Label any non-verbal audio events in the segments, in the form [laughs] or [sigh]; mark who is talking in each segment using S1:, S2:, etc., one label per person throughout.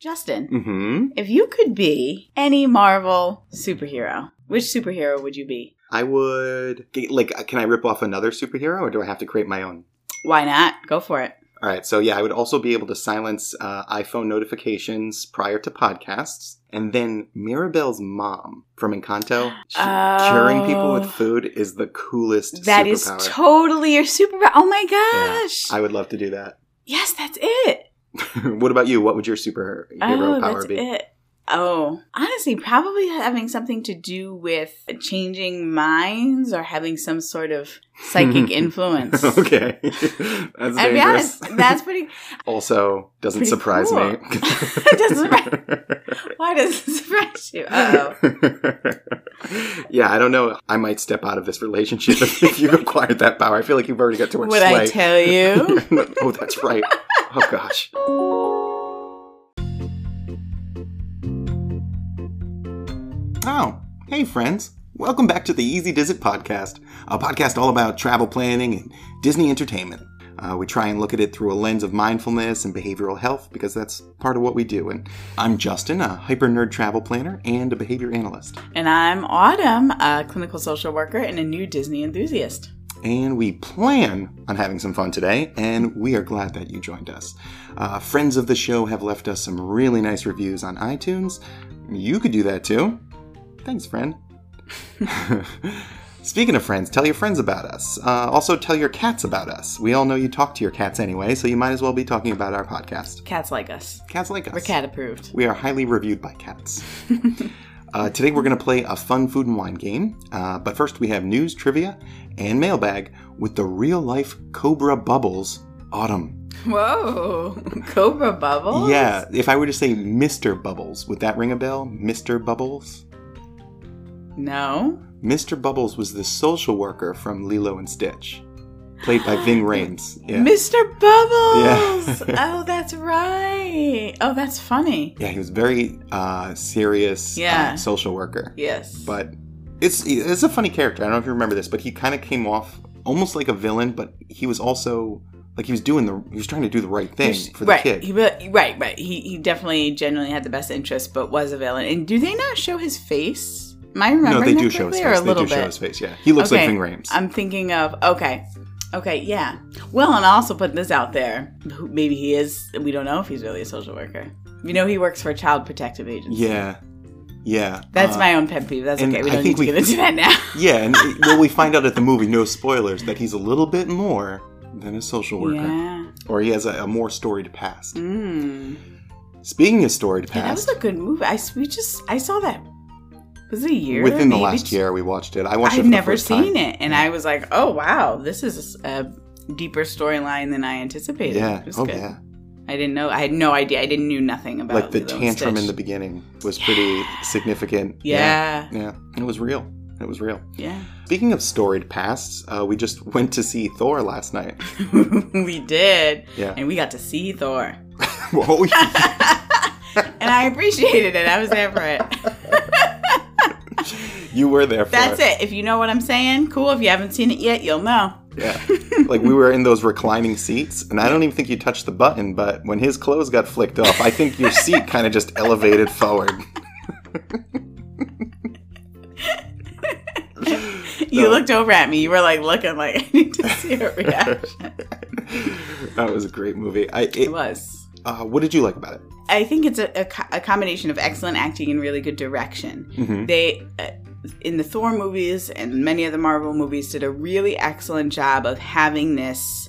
S1: Justin,
S2: Mm-hmm.
S1: if you could be any Marvel superhero, which superhero would you be?
S2: I would like. uh, Can I rip off another superhero, or do I have to create my own?
S1: Why not? Go for it.
S2: All right. So yeah, I would also be able to silence uh, iPhone notifications prior to podcasts, and then Mirabelle's mom from Encanto she- curing people with
S1: Oh.
S2: food is the coolest.
S1: That is
S2: superpower.
S1: totally your superpower. Oh my gosh.
S2: I would love to do that. [laughs]
S1: yes, that's it.
S2: what about you? What would your superhero
S1: Oh,
S2: power
S1: that's
S2: [laughs] be?
S1: it. Oh, honestly, probably having something to do with changing minds or having some sort of
S2: [laughs]
S1: psychic influence. [laughs]
S2: okay, that's
S1: I mean,
S2: dangerous.
S1: honest, that's pretty.
S2: also doesn't
S1: Pretty
S2: surprise
S1: cool. [laughs]
S2: me.
S1: Doesn't
S2: [laughs]
S1: Why does this [laughs] surprise you? Uh oh.
S2: [laughs] yeah, I don't know. I might step out of this relationship [laughs] if, if you acquired that power. I feel like you've already got too much
S1: Would I
S2: sway.
S1: tell
S2: [laughs]
S1: you?
S2: oh, that's right. Oh gosh. Oh, hey friends. Welcome back to the Easy Dizit podcast, a podcast all about travel planning and Disney entertainment. Uh, we try and look at it through a lens of mindfulness and behavioral health because that's part of what we do. And I'm Justin, a hyper nerd travel planner and a behavior analyst.
S1: And I'm Autumn, a clinical social worker and a new Disney enthusiast.
S2: and we plan on having some fun today, and we are glad that you joined us. Uh, friends of the show have left us some really nice reviews on iTunes. You could do that too. Thanks, friend. [laughs] Speaking of friends, tell your friends about us. Uh, also, tell your cats about us. We all know you talk to your cats anyway, so you might as well be talking about our podcast.
S1: Cats like us.
S2: Cats like us.
S1: We're cat approved.
S2: We are highly reviewed by cats.
S1: [laughs]
S2: uh, today we're going to play a fun food and wine game, uh, but first we have news, trivia, and mailbag with the real life Cobra Bubbles Autumn.
S1: Whoa. [laughs] Cobra bubbles?
S2: Yeah, if I were to say Mr. Bubbles, would that ring a bell? Mr. Bubbles?
S1: No.
S2: Mr. Bubbles was the social worker from Lilo and Stitch, played by
S1: [laughs]
S2: Ving Rhames. Yeah.
S1: Mr. Bubbles.
S2: Yeah. [laughs]
S1: oh, that's right. Oh, that's funny.
S2: yeah, he was very uh, serious uh,
S1: Yeah.
S2: social worker.
S1: Yes.
S2: but it's it's a funny character. I don't know if you remember this, but he kind of came off almost like a villain, but he was also like he was doing the he was trying to do the right thing for the
S1: right.
S2: kid.
S1: He re- right, right. He he definitely genuinely had the best interest, but was a villain. And do they not show his face? Am I remembering
S2: no, they
S1: that
S2: do show
S1: correctly,
S2: his face.
S1: Or a
S2: They do
S1: little bit.
S2: show his face. Yeah, he looks
S1: Okay.
S2: like Ving Rhames.
S1: I'm thinking of okay, okay, yeah. Well, and I'll also put this out there. Who- Maybe he is. We don't know if he's really a social worker. We know he works for a child protective agency.
S2: yeah, yeah.
S1: That's
S2: Uh,
S1: my own pet peeve. That's
S2: and
S1: okay. We
S2: I
S1: don't need
S2: think
S1: to
S2: we-
S1: get into that now. [laughs]
S2: yeah. And it- well, we find out at the movie, no spoilers, that he's a little bit more than a [laughs] social worker,
S1: Yeah.
S2: or he has a, a more storied past.
S1: Mm.
S2: Speaking of storied
S1: yeah. That was
S2: past,
S1: a good movie. I s- we just I saw that. Was it a year?
S2: within the
S1: Maybe
S2: last
S1: two-
S2: year, we watched it. I watched it.
S1: I've
S2: for
S1: never
S2: the first time.
S1: seen it, and I was like, "Oh wow, this is a deeper storyline than I anticipated."
S2: Yeah.
S1: It was
S2: Oh
S1: good.
S2: yeah.
S1: I didn't know. I had no idea. I didn't knew nothing about
S2: like the
S1: Lilo and
S2: tantrum in the
S1: Stitch.
S2: beginning was pretty significant.
S1: yeah,
S2: yeah, it was real. It was real.
S1: yeah.
S2: Speaking of storied pasts, uh, we just [laughs] went to see Thor last night.
S1: [laughs] we did,
S2: Yeah.
S1: [laughs]
S2: [laughs]
S1: and we got to see Thor,
S2: Whoa.
S1: and I appreciated it. I was there for it.
S2: you were there for
S1: That's
S2: it.
S1: it. If you know what I'm saying, cool. If you haven't seen it yet, you'll know.
S2: Yeah.
S1: [laughs]
S2: Like we were in those reclining seats, and I don't even think you touched the button, but when his clothes got flicked off, I think your seat kind
S1: [laughs]
S2: of just elevated forward. [laughs]
S1: You
S2: No.
S1: looked over at me. You were like looking like [laughs] I need to see a
S2: [laughs]
S1: reaction.
S2: That was a great movie. I
S1: it
S2: it,
S1: was.
S2: uh, what did you like about it?
S1: I think it's a, a, co- a combination of excellent acting and really good direction.
S2: Mhm.
S1: They, uh, in the Thor movies and many of the Marvel movies, did a really excellent job of having this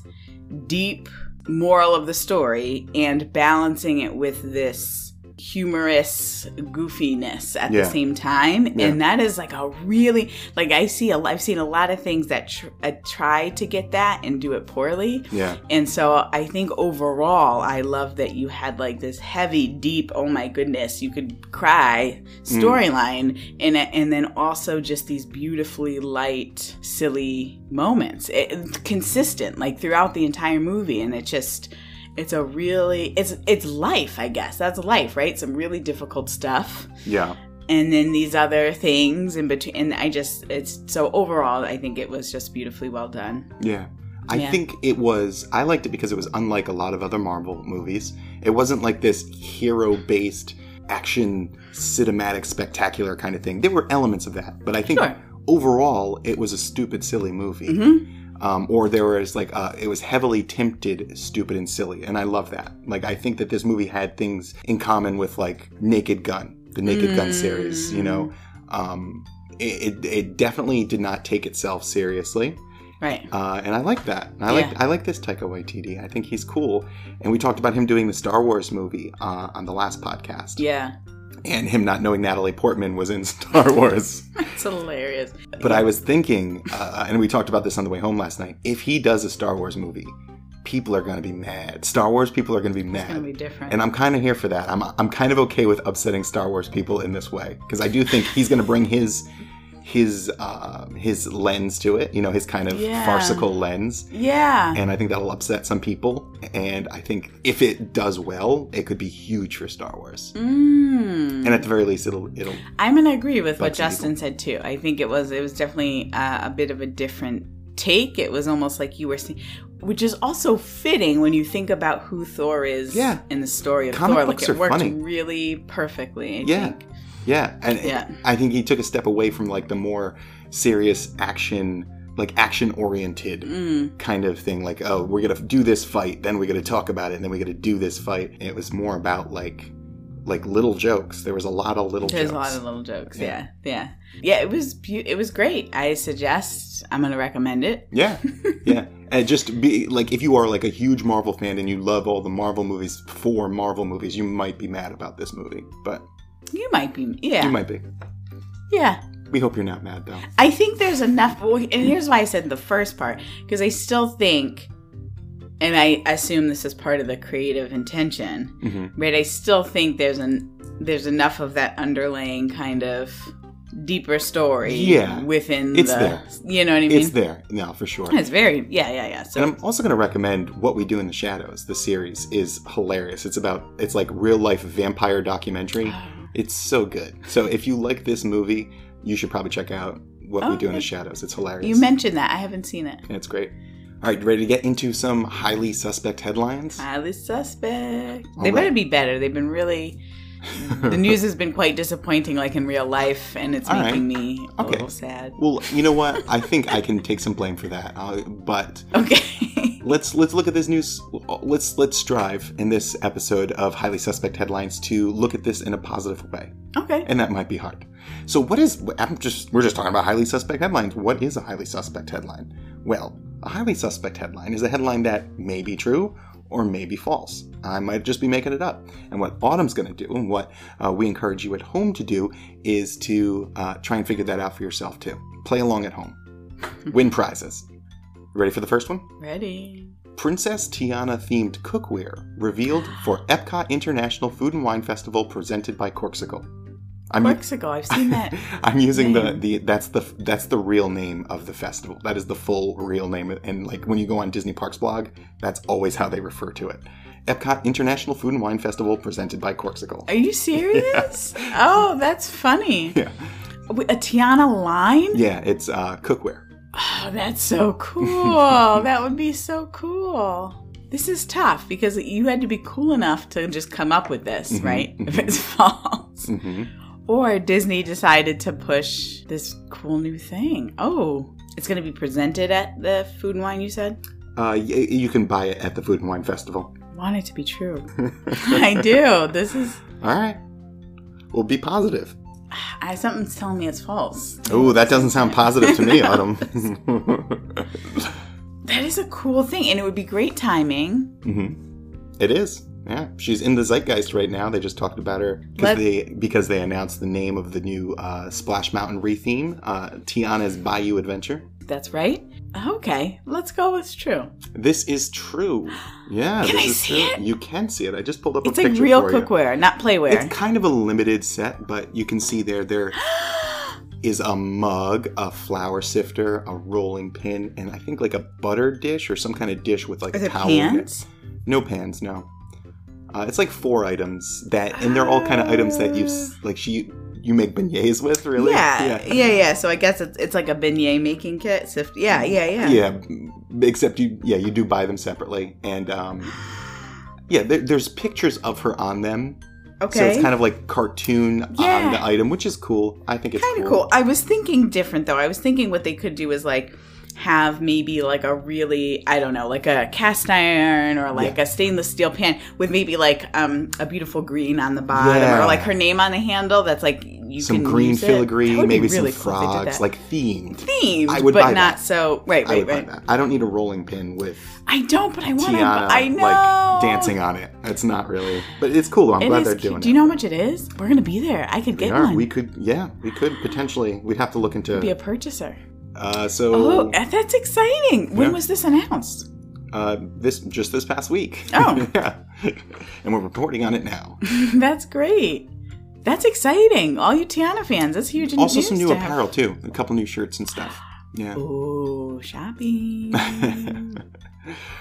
S1: deep moral of the story and balancing it with this humorous goofiness at
S2: Yeah.
S1: the same time
S2: Yeah.
S1: and that is like a really like i see a, i've seen a lot of things that tr- uh, try to get that and do it poorly
S2: Yeah.
S1: and so I think overall, I love that you had like this heavy, deep, oh my goodness, you could cry storyline, and and then also just these beautifully light, silly moments, it, it's consistent like throughout the entire movie, and it just. It's a really it's it's life, I guess. That's life, right? Some really difficult stuff
S2: Yeah.
S1: and then these other things in between and I just it's so overall I think it was just beautifully well done.
S2: Yeah. I
S1: Yeah.
S2: think it was, I liked it because it was unlike a lot of other Marvel movies. It wasn't like this hero based action cinematic spectacular kind of thing. There were elements of that, but I think
S1: Sure.
S2: overall it was a stupid, silly movie.
S1: Mm-hmm.
S2: Um, or there was like, uh, it was heavily tempted, stupid, and silly. And I love that. Like, I think that this movie had things in common with like Naked Gun, the Naked Gun series, you know?
S1: Mm.
S2: Um, it, it, it definitely did not take itself seriously.
S1: Right.
S2: Uh, and I like that. I
S1: Yeah.
S2: like I like this Taika Waititi. I think he's cool. And we talked about him doing the Star Wars movie uh, on the last podcast,
S1: Yeah.
S2: and him not knowing Natalie Portman was in [laughs] Star Wars.
S1: It's hilarious.
S2: but I was thinking, uh, and we talked about this on the way home last night. If he does a Star Wars movie, people are going to be mad. Star Wars people are going to be
S1: It's gonna
S2: mad.
S1: be different.
S2: and I'm kind of here for that. I'm I'm kind of okay with upsetting Star Wars people in this way because I do think he's going to bring his his uh, his lens to it. You know, his kind of
S1: Yeah.
S2: farcical lens
S1: yeah.
S2: and I think that'll upset some people. And I think if it does well, it could be huge for Star Wars.
S1: Mm.
S2: And at the very least, it'll it'll
S1: I'm gonna agree with what
S2: Bugs and
S1: Justin said too. I think it was it was definitely uh, a bit of a different take. It was almost like you were seeing, which is also fitting when you think about who Thor is
S2: Yeah.
S1: in the story of
S2: Comic
S1: Thor.
S2: books
S1: Like it
S2: are
S1: worked
S2: funny.
S1: really perfectly. I
S2: Yeah.
S1: think.
S2: yeah. And
S1: Yeah.
S2: I think he took a step away from like the more serious action, like action oriented
S1: Mm.
S2: kind of thing. Like oh, we're gonna do this fight, then we're gonna talk about it, and then we're gonna do this fight. And it was more about like like little jokes. There was a lot of little
S1: There's
S2: jokes.
S1: a lot of little jokes.
S2: Yeah.
S1: Yeah, yeah, yeah. it was beau it was great. I suggest. I'm gonna recommend it.
S2: Yeah, yeah. And just be like, if you are like a huge Marvel fan and you love all the Marvel movies for Marvel movies, you might be mad about this movie, but
S1: You might be. Yeah,
S2: you might be.
S1: yeah.
S2: We hope you're not mad though.
S1: I think there's enough. well, And here's why I said the first part, because I still think, and I assume this is part of the creative intention,
S2: hmm
S1: right? I still think there's an there's enough of that underlaying kind of deeper story,
S2: Yeah.
S1: within
S2: It's
S1: the,
S2: there.
S1: you know what I mean?
S2: It's there now for sure.
S1: It's very, yeah, yeah, yeah.
S2: And
S1: So
S2: I'm also going to recommend What We Do in the Shadows. The series is hilarious. It's about it's like real life vampire
S1: [gasps]
S2: documentary. It's so good. So if you like this movie, you should probably check out What We Do in
S1: Okay.
S2: the Shadows. It's hilarious.
S1: you mentioned that I haven't seen it.
S2: it's great. All right, ready to get into some highly suspect headlines?
S1: Highly suspect.
S2: All
S1: They
S2: right.
S1: better be better. They've been really.
S2: [laughs]
S1: the news has been quite disappointing, like in real life, and it's
S2: All right.
S1: making me a
S2: Okay.
S1: little sad.
S2: Well, you know what? I think I can take some blame for that. Uh, but
S1: Okay. [laughs]
S2: let's let's look at this news. Let's let's strive in this episode of highly suspect headlines to look at this in a positive way,
S1: okay.
S2: and that might be hard. So, what is? I'm just we're just talking about highly suspect headlines. What is a highly suspect headline? Well, a highly suspect headline is a headline that may be true or may be false. I might just be making it up. And what Autumn's going to do, and what uh, we encourage you at home to do, is to uh, try and figure that out for yourself too. Play along at home, win prizes. Ready for the first one?
S1: Ready.
S2: Princess Tiana themed cookware revealed for Epcot International Food and Wine Festival presented by Corksicle. I'm, u-
S1: Mexico. I've seen that.
S2: [laughs] I'm using the,
S1: Name.
S2: the that's the that's the real name of the festival. That is the full real name and like when you go on Disney Parks blog, that's always how they refer to it. Epcot International Food and Wine Festival presented by Corksicle.
S1: Are you
S2: [laughs]
S1: serious? Oh, that's funny.
S2: Yeah.
S1: Wait, A Tiana line?
S2: Yeah, it's uh, cookware.
S1: Oh, that's so
S2: [laughs]
S1: cool. that would be so cool. This is tough because you had to be cool enough to just come up with this,
S2: Mhm,
S1: right? [laughs] If
S2: mhm.
S1: it's false.
S2: hmm
S1: Or Disney decided to push this cool new thing. Oh, it's going to be presented at the food and wine, you said?
S2: Uh, y- you can buy it at the Food and Wine Festival.
S1: Want it to be
S2: [laughs]
S1: true. [laughs] I do. This is.
S2: All right. Well, be positive.
S1: I, something's telling me it's false.
S2: Oh, that doesn't sound positive to me, Autumn. [laughs] hmm
S1: That is a cool thing, and it would be great timing.
S2: Mm-hmm. It is. Yeah, she's in the zeitgeist right now. They just talked about her
S1: Let-
S2: because they because they announced the name of the new uh, Splash Mountain retheme, uh, Tiana's Bayou Adventure.
S1: That's right. Okay, let's go with true.
S2: This is
S1: [gasps]
S2: true. Yeah,
S1: Can
S2: this
S1: I
S2: is
S1: see
S2: true.
S1: it?
S2: You can see it. I just pulled up
S1: It's
S2: a
S1: like
S2: picture
S1: real
S2: for you.
S1: cookware, not playware.
S2: It's kind of a limited set, but you can see
S1: [gasps]
S2: there there is a mug, a flour sifter, a rolling pin, and I think like a butter dish or some kind of dish with like
S1: Is
S2: a
S1: it
S2: towel. in it.
S1: pans?
S2: No pans, no. Uh, it's like four items that, and they're all kind of items that you s- like. She you make beignets with, really?
S1: Yeah, yeah, yeah, So I guess it's, it's like a beignet making kit. So if, yeah, yeah, yeah,
S2: yeah except you yeah you do buy them separately and um yeah there, there's pictures of her on them
S1: Okay.
S2: so it's kind of like cartoon on
S1: Yeah.
S2: the item which is cool i think it's
S1: kind of cool. I was thinking different though. I was thinking what they could do is like have maybe like a really I don't know like a cast iron or like a stainless steel pan with maybe like um a beautiful green on the bottom
S2: Yeah.
S1: or like her name on the handle that's like you
S2: some
S1: can
S2: green
S1: use it.
S2: filigree
S1: That would be
S2: maybe
S1: really
S2: some
S1: cool if they did
S2: frogs
S1: that.
S2: like themed
S1: themed
S2: I would
S1: but
S2: buy
S1: not
S2: that.
S1: so right
S2: i
S1: right
S2: would
S1: right
S2: buy that i don't need a rolling pin with
S1: I don't but I want to
S2: tiana
S1: I know
S2: like dancing on it it's not really but it's cool i'm
S1: It
S2: glad
S1: is
S2: they're
S1: cute.
S2: doing
S1: Do you
S2: it
S1: know how much it is? We're gonna be there. I could
S2: we
S1: get
S2: are.
S1: one.
S2: We could, yeah, we could potentially. We'd have to look into.
S1: be a purchaser.
S2: uh, so
S1: Oh, that's exciting! When
S2: Yeah.
S1: was this announced?
S2: uh, this just this past week.
S1: Oh.
S2: [laughs] yeah, and we're reporting on it
S1: [laughs]
S2: now.
S1: That's great. That's exciting. All you Tiana fans, that's huge.
S2: also some
S1: news
S2: new
S1: to have.
S2: apparel too a couple new shirts and stuff yeah all
S1: Ooh,
S2: [laughs]
S1: shopping.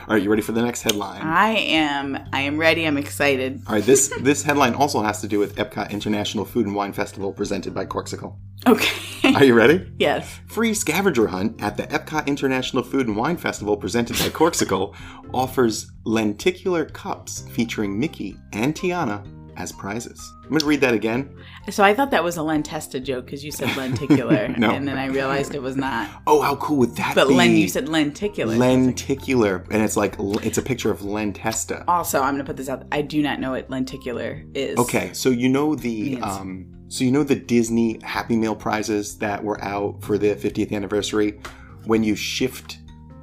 S2: right you ready for the next headline
S1: I am. I am ready. I'm excited.
S2: all right this this headline also has to do with epcot international food and wine festival presented by corksicle
S1: Okay. [laughs]
S2: are you ready
S1: yes.
S2: free scavenger hunt at the epcot international food and wine festival presented by corksicle offers lenticular cups featuring mickey and tiana as prizes i'm gonna read that again
S1: So I thought that was a Lentesta joke because you said lenticular,
S2: [laughs] No.
S1: and then I realized it was not.
S2: oh how cool would that
S1: But
S2: be
S1: Len, you said lenticular.
S2: lenticular and it's like it's a picture of lentesta
S1: also, I'm gonna put this out. I do not know what lenticular is.
S2: Okay, so you know the
S1: Yes.
S2: um, so you know the Disney Happy Meal prizes that were out for the 50th anniversary. When you shift,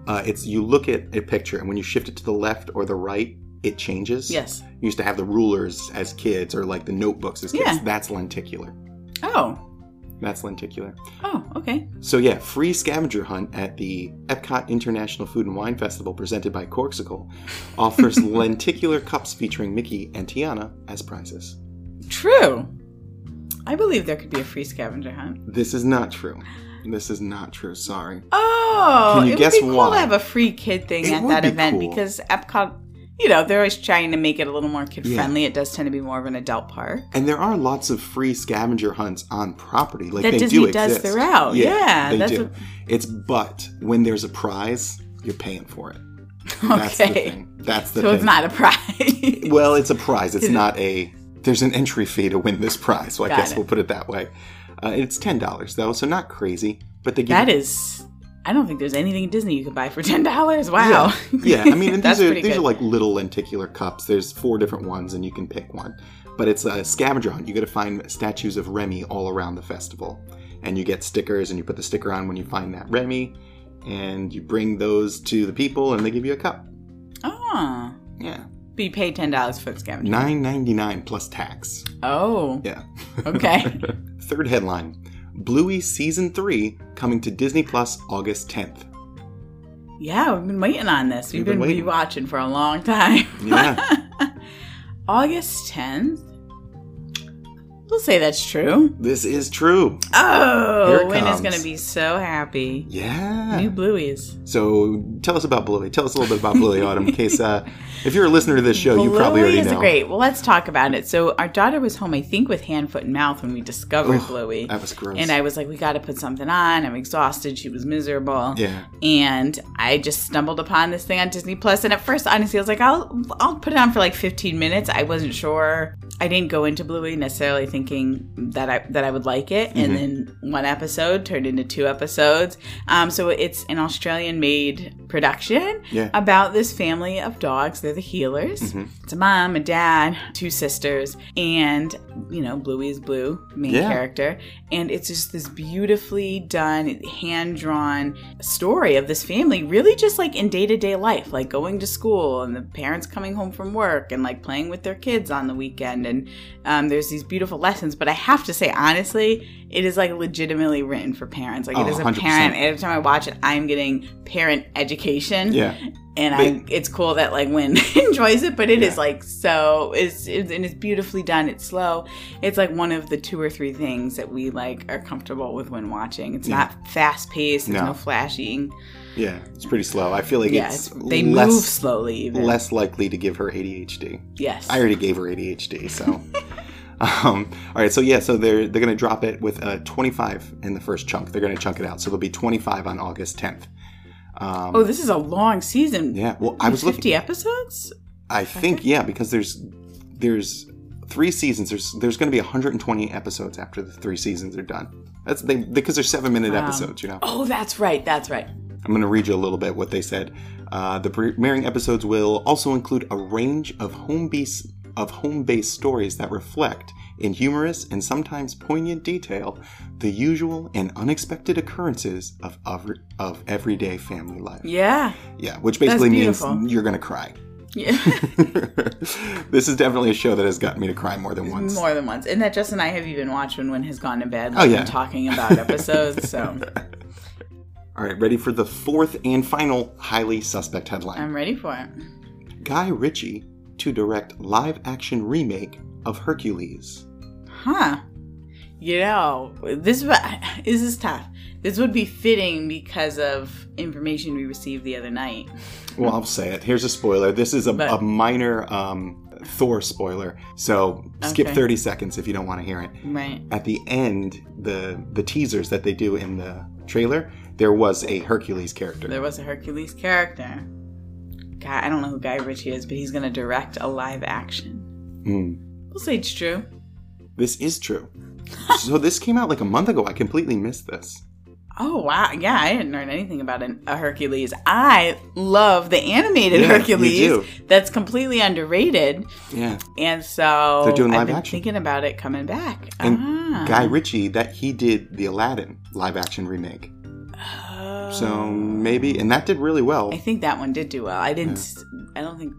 S2: uh, it's you look at a picture, and when you shift it to the left or the right, it changes.
S1: Yes.
S2: you used to have the rulers as kids, or like the notebooks as kids.
S1: Yeah.
S2: That's lenticular.
S1: Oh.
S2: That's lenticular.
S1: Oh. Okay.
S2: So yeah, free scavenger hunt at the Epcot International Food and Wine Festival presented by Corksicle
S1: [laughs]
S2: offers lenticular cups featuring Mickey and Tiana as prizes.
S1: True. I believe there could be a free scavenger hunt.
S2: This is not true. This is not true. Sorry.
S1: Oh,
S2: Can you
S1: it
S2: guess
S1: would be cool
S2: why?
S1: to have a free kid thing
S2: It
S1: at
S2: would
S1: that
S2: be
S1: event
S2: cool.
S1: because Epcot, you know, they're always trying to make it a little more kid
S2: Yeah.
S1: friendly. It does tend to be more of an adult park [laughs]
S2: And there are lots of free scavenger hunts on property. Like
S1: that
S2: they
S1: Disney
S2: do
S1: does
S2: exist.
S1: throughout. Yeah,
S2: they
S1: that's
S2: do.
S1: what-
S2: It's but when there's a prize, you're paying for it. That's the
S1: okay.
S2: thing. That's the
S1: So
S2: thing.
S1: it's not a prize.
S2: well, it's a prize. It's not a. There's an entry fee to win this prize. So I
S1: Got
S2: guess
S1: it.
S2: we'll put it that way. Uh, it's ten dollars though, so not crazy. But they give
S1: that
S2: you-
S1: is. I don't think there's anything at Disney you can buy for ten dollars. Wow.
S2: [laughs] Yeah,
S1: [laughs]
S2: I mean, and these
S1: That's
S2: are
S1: pretty
S2: these are
S1: good.
S2: like little lenticular cups. There's four different ones, and you can pick one. But it's a scavenger hunt. You got to find statues of Remy all around the festival, and you get stickers, and you put the sticker on when you find that Remy, and you bring those to the people, and they give you a cup.
S1: Oh,
S2: Yeah,
S1: but you pay ten dollars for the scavenger. hunt.
S2: nine ninety nine plus tax.
S1: Oh,
S2: Yeah.
S1: [laughs]
S2: [laughs]
S1: okay.
S2: Third headline: Bluey season three coming to Disney Plus August tenth.
S1: Yeah, we've been waiting on this. We've
S2: We've been
S1: been,
S2: waiting.
S1: rewatching for a long time.
S2: Yeah.
S1: [laughs] August 10th. We'll say that's true.
S2: This is true. Here it
S1: Oh, Win is
S2: comes.
S1: going to be so happy.
S2: Yeah.
S1: New Blueies.
S2: So tell us about Bluey. Tell us a little bit about Bluey Autumn, in case uh, if you're a listener to this show, you probably already
S1: Bluey is
S2: know.
S1: great. Well, let's talk about it. So, our daughter was home, I think, with hand, foot, and mouth when we discovered
S2: Ugh,
S1: Bluey.
S2: That was gross.
S1: And I was like, we got to put something on. I'm exhausted. She was miserable.
S2: yeah,
S1: and I just stumbled upon this thing on Disney Plus. And at first, honestly, I was like, I'll I'll put it on for like 15 minutes. I wasn't sure. I didn't go into Bluey necessarily thinking that I that I would like it. And then one episode turned into two episodes. Um, so it's an Australian made production
S2: yeah.
S1: about this family of dogs. They're the healers.
S2: Mhm.
S1: It's a mom, a dad, two sisters, and you know, Bluey is Blue, main
S2: Yeah.
S1: character. And it's just this beautifully done, hand drawn story of this family, really just like in day to day life, like going to school and the parents coming home from work and like playing with their kids on the weekend. And um, there's these beautiful lessons. But I have to say, honestly, it is like legitimately written for parents. Like
S2: Oh,
S1: it is a
S2: 100%.
S1: parent. Every time I watch it, I'm getting parent education
S2: yeah,
S1: and I,
S2: But-
S1: it's cool that like Wynn [laughs] enjoys it, but it is
S2: Yeah.
S1: like so it's, it's and it's beautifully done. It's slow. It's like one of the two or three things that we like are comfortable with when watching. It's
S2: Yeah.
S1: not fast paced. There's
S2: No.
S1: no, flashing.
S2: yeah. It's pretty slow. I feel like
S1: yeah,
S2: it's
S1: it's, they move
S2: less
S1: slowly. Even.
S2: less likely to give her ADHD.
S1: yes. [laughs]
S2: I already gave her ADHD, so Um, all right, so yeah, so they're they're gonna drop it with a 25 in the first chunk. They're gonna chunk it out, so there'll be 25 on August 10th. Um,
S1: Oh, this is a long season.
S2: yeah, well, I was looking.
S1: fifty episodes.
S2: I think yeah, because there's there's three seasons. There's there's going to be 120 episodes after the three seasons are done. That's they because they're seven minute episodes. You know,
S1: Oh, that's right. That's right.
S2: I'm going to read you a little bit what they said. Uh, the premiering episodes will also include a range of home base of home based stories that reflect, in humorous and sometimes poignant detail, the usual and unexpected occurrences of of, of everyday family life.
S1: Yeah. [laughs]
S2: Yeah, which basically means
S1: beautiful.
S2: you're going to cry. [laughs]
S1: Yeah.
S2: this is definitely a show that has gotten me to cry more than once.
S1: More than once. And that Jess and I have even watched when Win has gone to bed.
S2: Oh,
S1: Like,
S2: yeah.
S1: and Talking
S2: [laughs]
S1: about episodes. So
S2: All right, ready for the fourth and final highly suspect headline.
S1: I'm ready for it.
S2: Guy Ritchie to direct live action remake of Hercules.
S1: Huh. You know, this wa- [laughs] this is tough. This would be fitting because of information we received the other night.
S2: Well, I'll say it. Here's a spoiler. This is a,
S1: But-
S2: a minor um, Thor spoiler, so skip
S1: Okay.
S2: 30 seconds if you don't want to hear it.
S1: Right.
S2: At the end, the the teasers that they do in the trailer, there was a Hercules character.
S1: There was a Hercules character. Guy, I don't know who Guy Ritchie is, but he's going to direct a live action.
S2: Hmm.
S1: We'll say it's true.
S2: This is
S1: [laughs]
S2: true. so this came out like a month ago. I completely missed this.
S1: Oh wow! Yeah, I didn't learn anything about an, a Hercules. I love the animated
S2: Yeah, you
S1: Hercules.
S2: do.
S1: That's completely underrated,
S2: Yeah.
S1: and so
S2: They're doing live
S1: I've been
S2: action.
S1: thinking about it coming back.
S2: And
S1: ah.
S2: Guy Ritchie, that he did the Aladdin live action remake.
S1: Oh.
S2: So maybe, and that did really well.
S1: I think that one did do well. I didn't. s I don't think.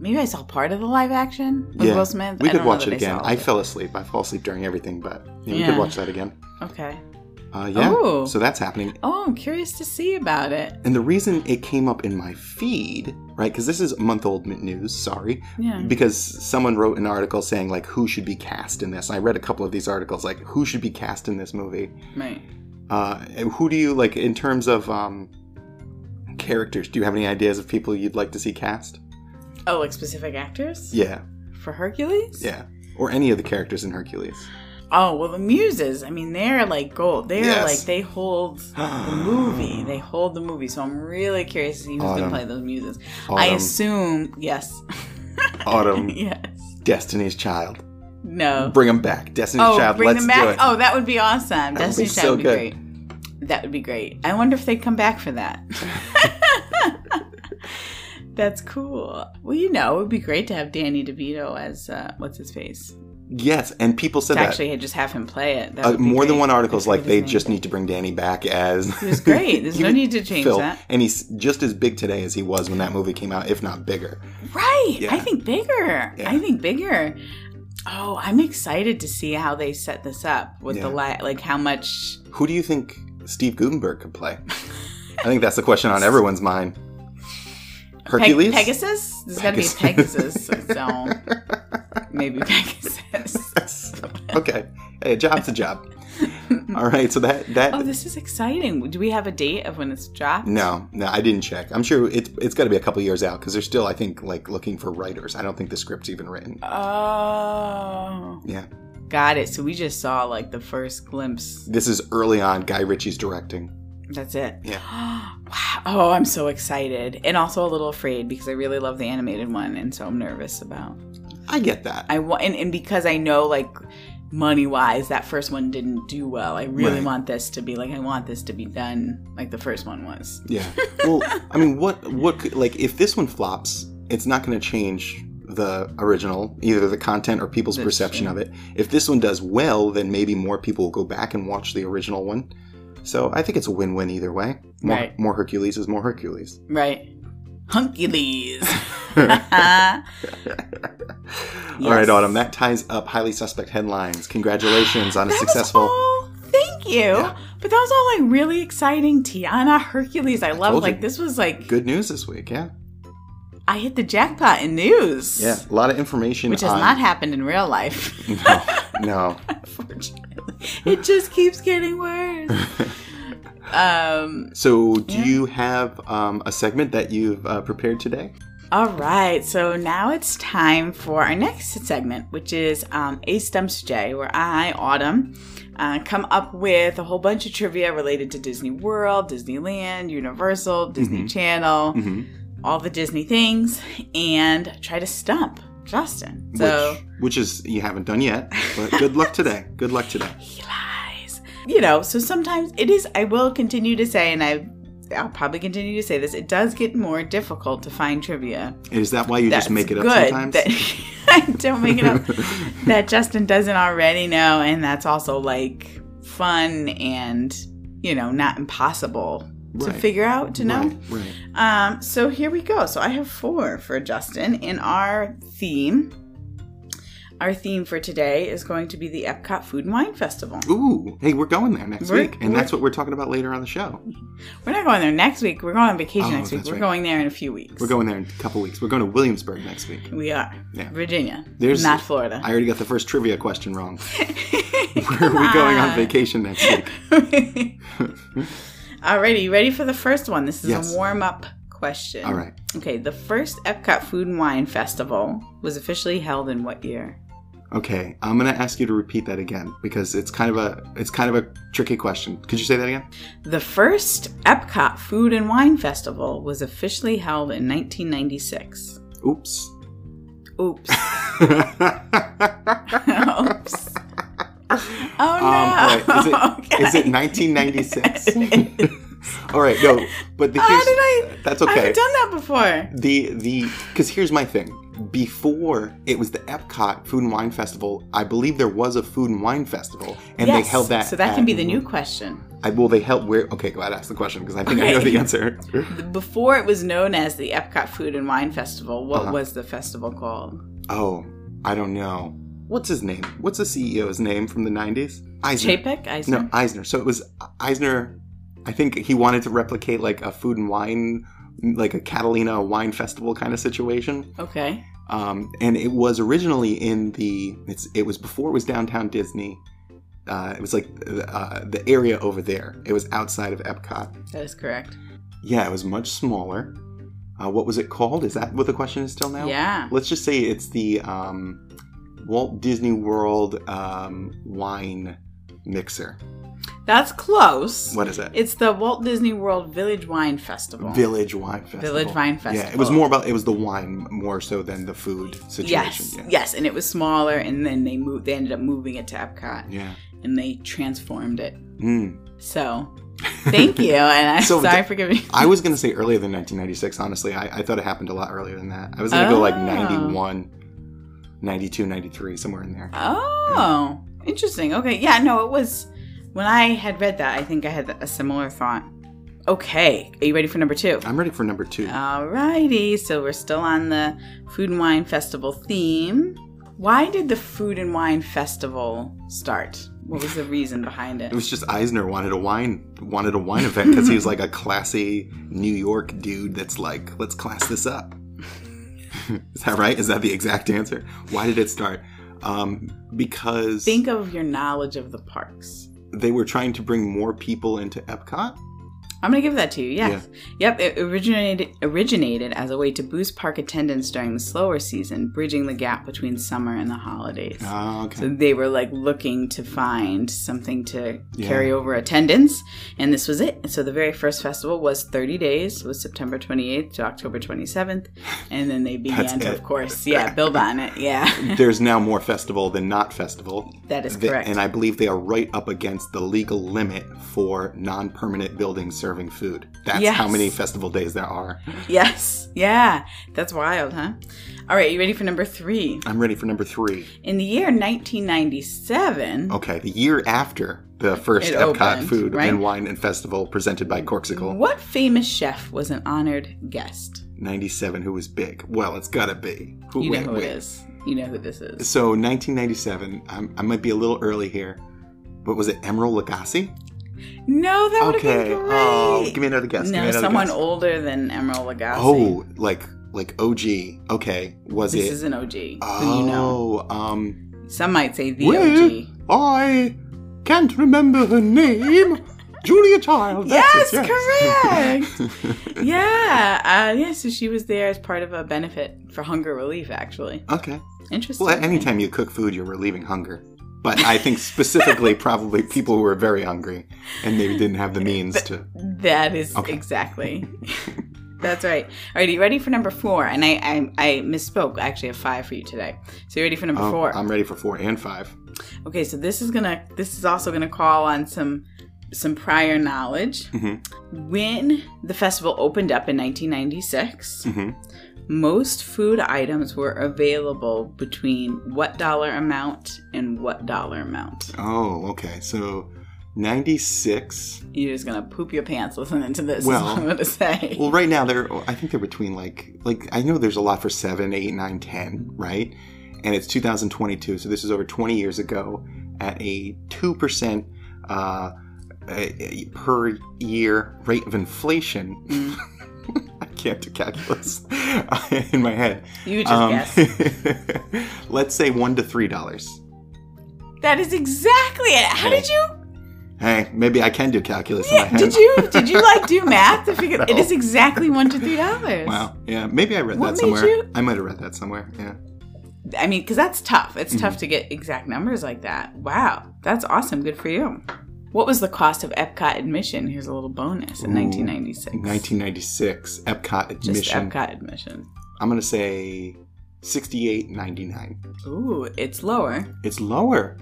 S1: Maybe I saw part of the live action with
S2: Yeah.
S1: Will Smith.
S2: We
S1: I
S2: could
S1: don't know
S2: watch
S1: that
S2: it again.
S1: saw all
S2: I
S1: of it.
S2: fell asleep. I fall asleep during everything, but yeah, we
S1: Yeah.
S2: could watch that again.
S1: Okay.
S2: Uh, yeah.
S1: Oh.
S2: So that's happening.
S1: Oh, I'm curious to see about it.
S2: And the reason it came up in my feed, right, because this is month old news, sorry,
S1: Yeah.
S2: because someone wrote an article saying, like, who should be cast in this. And I read a couple of these articles, like, who should be cast in this movie.
S1: Right.
S2: Uh, and who do you like in terms of um, characters? Do you have any ideas of people you'd like to see cast?
S1: Oh, like specific actors
S2: Yeah,
S1: for Hercules.
S2: yeah, or any of the characters in Hercules.
S1: Oh well, the muses. I mean, they're like gold. They're
S2: Yes.
S1: like they hold [gasps] the movie. They hold the movie. So I'm really curious to see who's going
S2: Autumn.
S1: to play those muses. I
S2: Autumn,
S1: assume yes, [laughs]
S2: Autumn,
S1: yes.
S2: Destiny's Child.
S1: No.
S2: Bring them back, Destiny's
S1: Uh, oh,
S2: Child.
S1: bring
S2: Let's
S1: them
S2: do
S1: back.
S2: it.
S1: Oh, that would be awesome.
S2: That would be
S1: Destiny's Child
S2: so
S1: would be
S2: good.
S1: great. That would be great. I wonder if they'd come back for that. [laughs] That's cool. Well, you know, it would be great to have Danny DeVito as uh, what's his face.
S2: Yes, and people said
S1: To
S2: that.
S1: actually just have him play it. That
S2: Uh,
S1: would be
S2: more than
S1: great.
S2: one article is
S1: I forget
S2: like
S1: his
S2: they
S1: name.
S2: just need to bring Danny back as.
S1: He was great.
S2: [laughs]
S1: There's no
S2: Even
S1: need to change
S2: Phil,
S1: that.
S2: and he's just as big today as he was when that movie came out, if not bigger.
S1: Right.
S2: Yeah.
S1: I think bigger.
S2: Yeah.
S1: I think bigger. Oh, I'm excited to see how they set this up with the light, like how much.
S2: Who do you think Steve Gutenberg could play? I think that's the
S1: [laughs]
S2: question on everyone's mind.
S1: Peg-
S2: Hercules?
S1: Pegasus? There's got to be Pegasus. so
S2: [laughs]
S1: maybe Pegasus.
S2: okay. Hey, a job's a job. All right, so that that
S1: Oh, this is exciting. Do we have a date of when it's dropped?
S2: no, no, I didn't check. I'm sure it's it's got to be a couple years out because they're still, I think, like looking for writers. I don't think the script's even written.
S1: Oh.
S2: Yeah,
S1: Got it. So we just saw like the first glimpse.
S2: this is early on. Guy Ritchie's directing.
S1: That's it.
S2: Yeah.
S1: [gasps] wow. Oh, I'm so excited. And also a little afraid because I really love the animated one. And so I'm nervous about
S2: I get that.
S1: I want, and, and because I know, like, money wise, that first one didn't do well. I really
S2: Right.
S1: want this to be like, I want this to be done like the first one was.
S2: Yeah. Well, I mean, what what could, like if this one flops, it's not going to change the original, either the content or people's
S1: That's
S2: perception
S1: true.
S2: of it. If this one does well, then maybe more people will go back and watch the original one. So I think it's a win-win either way. More,
S1: Right.
S2: more Hercules is more Hercules.
S1: Right. Hunkies.
S2: [laughs]
S1: [laughs]
S2: All right,
S1: Yes.
S2: Autumn. That ties up highly suspect headlines. Congratulations on a successful.
S1: Was all, thank you.
S2: Yeah.
S1: But that was all like really exciting. Tiana, Hercules. I love
S2: told
S1: like
S2: you.
S1: this was like,
S2: Good news this week, yeah.
S1: I hit the jackpot in news.
S2: Yeah, a lot of information.
S1: Which has
S2: on-
S1: not happened in real life. [laughs]
S2: [laughs] No, no.
S1: Unfortunately. It just keeps getting
S2: [laughs]
S1: worse. Um,
S2: So, do
S1: Yeah.
S2: um, you have um, a segment that you've uh, prepared today?
S1: All right, so now it's time for our next segment, which is um, Ace Dumpster Jay, where I, Autumn, uh, come up with a whole bunch of trivia related to Disney World, Disneyland, Universal, Disney
S2: Mhm.
S1: Channel,
S2: hmm
S1: all the Disney things, and try to stump Justin. So
S2: which, which is you haven't done yet, but good
S1: [laughs]
S2: luck today. Good luck today.
S1: he lies. You know, so sometimes it is, I will continue to say, and I, I'll probably continue to say this, it does get more difficult to find trivia.
S2: Is that why you just
S1: That's
S2: make it up
S1: good
S2: sometimes?
S1: that- [laughs] I don't make it up.
S2: [laughs]
S1: that Justin doesn't already know, and that's also like fun and you know not impossible to
S2: Right.
S1: figure out to know.
S2: Right, right.
S1: Um, so here we go. So I have four for Justin in our theme. Our theme for today is going to be the Epcot Food and Wine Festival.
S2: Ooh, hey, we're going there next
S1: We're-
S2: week, and
S1: we're-
S2: that's what we're talking about later on the show.
S1: We're not going there next week. We're going on vacation
S2: Oh,
S1: next week.
S2: that's
S1: We're
S2: right.
S1: going there in a few weeks.
S2: We're going there in a couple weeks. We're going to Williamsburg next week.
S1: We are.
S2: Yeah.
S1: Virginia.
S2: There's-
S1: not Florida.
S2: I [laughs] already got the first trivia
S1: [laughs]
S2: question wrong. [laughs] Where
S1: Where
S2: are we going
S1: [laughs]
S2: on vacation next week?
S1: Alrighty, you ready for the first one? This is
S2: Yes.
S1: a warm up question.
S2: All right.
S1: Okay, the first Epcot Food and Wine Festival was officially held in what year?
S2: Okay, I'm gonna ask you to repeat that again because it's kind of a it's kind of a tricky question. Could you say that again?
S1: The first Epcot Food and Wine Festival was officially held in 1996.
S2: Oops.
S1: Oops. [laughs]
S2: um,
S1: Oops. Oh no.
S2: all right. Is it,
S1: [laughs] Okay.
S2: is it
S1: [laughs]
S2: 1996? all right. No, but the,
S1: How
S2: here's,
S1: Oh, did I?
S2: that's
S1: I've
S2: okay.
S1: done that before.
S2: The the because here's my thing. Before it was the Epcot Food and Wine Festival, I believe there was a food and wine festival, and
S1: yes.
S2: they held that.
S1: So that can
S2: at-
S1: be the new question.
S2: I, well, they held where? Okay, go ahead. Ask the question because I think I know
S1: Okay.
S2: the answer.
S1: Before it was known as the Epcot Food and Wine Festival, what
S2: Uh-huh.
S1: was the festival called?
S2: Oh, I don't know. What's his name? What's the CEO's name from the 90s? Eisner.
S1: Chapek? Eisner?
S2: No, Eisner. So it was Eisner. I think he wanted to replicate like a food and wine, like a Catalina wine festival kind of situation.
S1: Okay.
S2: Um, and it was originally in the. It's. It was before it was downtown Disney. Uh, it was like uh, the area over there. It was outside of Epcot.
S1: That is correct.
S2: Yeah, it was much smaller. Uh, what was it called? Is that what the question is still now?
S1: Yeah.
S2: let's just say it's the um, Walt Disney World um, wine mixer.
S1: That's close.
S2: What is it?
S1: It's the Walt Disney World Village Wine Festival.
S2: Village Wine Festival.
S1: Village Wine
S2: Yeah, it was
S1: Festival.
S2: more about it was the wine more so than the food situation.
S1: Yes.
S2: Yeah.
S1: Yes, and it was smaller and then they moved they ended up moving it to Epcot
S2: Yeah.
S1: and they transformed it.
S2: Mm. [laughs]
S1: So, thank you and I'm
S2: So
S1: sorry
S2: the-
S1: for giving you [laughs]
S2: I was gonna say earlier than 1996. Honestly, I, I thought it happened a lot earlier than that. I was gonna go like
S1: Oh.
S2: 91, 92, 93, somewhere in there.
S1: Oh, interesting. Okay, yeah, no, it was when I had read that. I think I had a similar thought. Okay, are you ready for number two?
S2: I'm ready for number two.
S1: Oh. Alrighty, so we're still on the Food and Wine Festival theme. Why did the Food and Wine Festival start? What was the reason behind it?
S2: It was just Eisner wanted a wine wanted a wine event because he was like a classy New York dude that's like, let's class this up. [laughs] Is that right? Is that the exact answer? Why did it start? Um, because
S1: Think of your knowledge of the parks.
S2: they were trying to bring more people into Epcot.
S1: I'm gonna give that to you. Yes. Yep. It originated originated as a way to boost park attendance during the slower season, bridging the gap between summer and the holidays.
S2: Ah, okay.
S1: So they were like looking to find something to
S2: Yeah.
S1: carry over attendance, and this was it. So the very first festival was 30 days, was September 28th to October 27th, and then they began to,
S2: it.
S1: of course, yeah, build on it. Yeah, [laughs]
S2: [laughs] There's now more festival than not festival.
S1: that is
S2: Th-
S1: correct.
S2: And I believe they are right up against the legal limit for non permanent buildings serving food. That's how
S1: Yes.
S2: many festival days there are.
S1: yes, yeah, that's wild, huh? All right, you ready for number three?
S2: I'm ready for number three.
S1: In the year 1997,
S2: Okay, the year after the first
S1: It
S2: Epcot
S1: opened,
S2: Food
S1: right?
S2: and Wine and Festival presented by Corksicle
S1: what famous chef was an honored guest?
S2: 97, who was big? Well, it's gotta be. Who,
S1: You know
S2: wait,
S1: who
S2: wait.
S1: it is. You know who this is.
S2: So, 1997, I'm, I might be a little early here. What was it, Emerald Lagasse?
S1: No, that would have
S2: Okay.
S1: been great.
S2: Oh, give me another guess. give me
S1: No,
S2: another
S1: someone
S2: guess.
S1: older than Emerald Lagasse.
S2: Oh, like like OG. Okay, was
S1: this
S2: it?
S1: is an OG. who
S2: oh,
S1: you know.
S2: um,
S1: Some might say the
S2: Well-
S1: OG. [laughs]
S2: I can't remember her name, Julia Child.
S1: Yes,
S2: that's it,
S1: correct. yeah, uh, yeah. So she was there as part of a benefit for hunger relief. Actually,
S2: [laughs] okay.
S1: interesting.
S2: Well, anytime you cook food, you're relieving hunger. But I think
S1: [laughs]
S2: specifically, probably people who are very hungry and maybe didn't have the means to.
S1: That is
S2: Okay.
S1: exactly. [laughs] That's right. All right, you ready for number four? And I, I, I misspoke. I actually have five for you today. So you ready for number
S2: Oh,
S1: four?
S2: I'm ready for four and five.
S1: Okay, so this is gonna. This is also gonna call on some some prior knowledge.
S2: Mhm.
S1: When the festival opened up in 1996,
S2: hmm
S1: most food items were available between what dollar amount and what dollar amount.
S2: Oh, okay. So 96.
S1: You're just gonna poop your pants listening to this.
S2: Well-
S1: is what I'm gonna say.
S2: Well, right now they're. I think they're between like like I know there's a lot for seven, eight, nine, ten, right? And it's 2022, so this is over 20 years ago at a two percent uh, a- a- per year rate of inflation.
S1: [laughs] Mm.
S2: I can't do calculus [laughs] in my head.
S1: you just
S2: Um,
S1: guess.
S2: [laughs] let's say one to three dollars.
S1: That is exactly it. How did you?
S2: Hey, maybe I can do calculus in my head.
S1: Did you? Did you like do math to figure? It
S2: No.
S1: is exactly one
S2: [laughs]
S1: to three dollars.
S2: Wow. Yeah. Maybe I read
S1: What
S2: that
S1: made
S2: somewhere.
S1: you-
S2: I might have read that somewhere. Yeah.
S1: I mean, because that's tough. It's
S2: Mm-hmm.
S1: tough to get exact numbers like that. Wow, that's awesome. Good for you. What was the cost of Epcot admission? Here's a little bonus in
S2: Ooh,
S1: 1996.
S2: 1996 Epcot admission.
S1: Just Epcot admission.
S2: I'm gonna say 68.99.
S1: Ooh, it's lower.
S2: It's lower.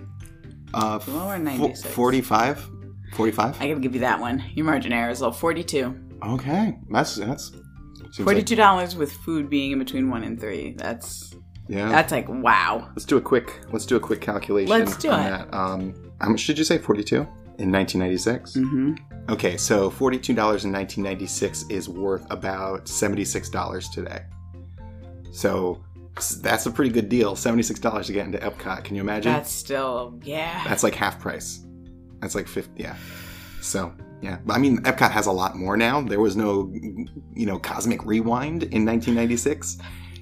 S2: Uh, f-
S1: Lower 96.
S2: 45. 45.
S1: I gotta give you that one. Your margin error is low. Forty-two.
S2: Okay, that's that's. seems like-
S1: Forty-two dollars with food being in between one and three. That's
S2: yeah.
S1: that's like wow.
S2: let's do a quick. Let's do a quick calculation.
S1: Let's do
S2: on
S1: it.
S2: That. Um, how much did you say? 42 in 1996.
S1: Mm-hmm.
S2: Okay, so $42 in 1996 is worth about $76 today. So s- that's a pretty good deal. $76 to get into Epcot. Can you imagine?
S1: That's still yeah.
S2: That's like half price. That's like 50, yeah. So, yeah. But I mean, Epcot has a lot more now. There was no, you know, cosmic rewind in 1996.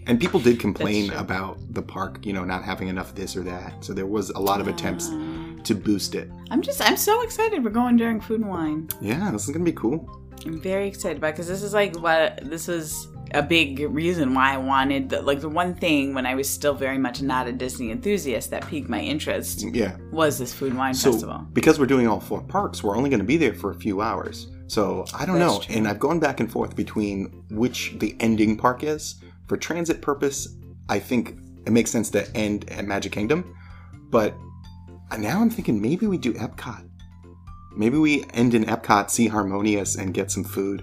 S2: And people did complain
S1: true.
S2: about the park, you know, not having enough this or that. So there was a lot of attempts
S1: Uh,
S2: to boost it.
S1: I'm just I'm so excited. We're going during Food and Wine.
S2: Yeah, this is going to be cool.
S1: I'm very excited about because this is like what this is a big reason why I wanted the, like the one thing when I was still very much not a Disney enthusiast that piqued my interest
S2: Yeah.
S1: was this Food and Wine
S2: Mm. So
S1: Festival.
S2: because we're doing all four parks, we're only going to be there for a few hours. So I don't
S1: That's
S2: know,
S1: true.
S2: and I've gone back and forth between which the ending park is for transit purpose. I think it makes sense to end at Magic Kingdom, but now I'm thinking maybe we do Epcot. Maybe we end in Epcot, see Harmonious, and get some food.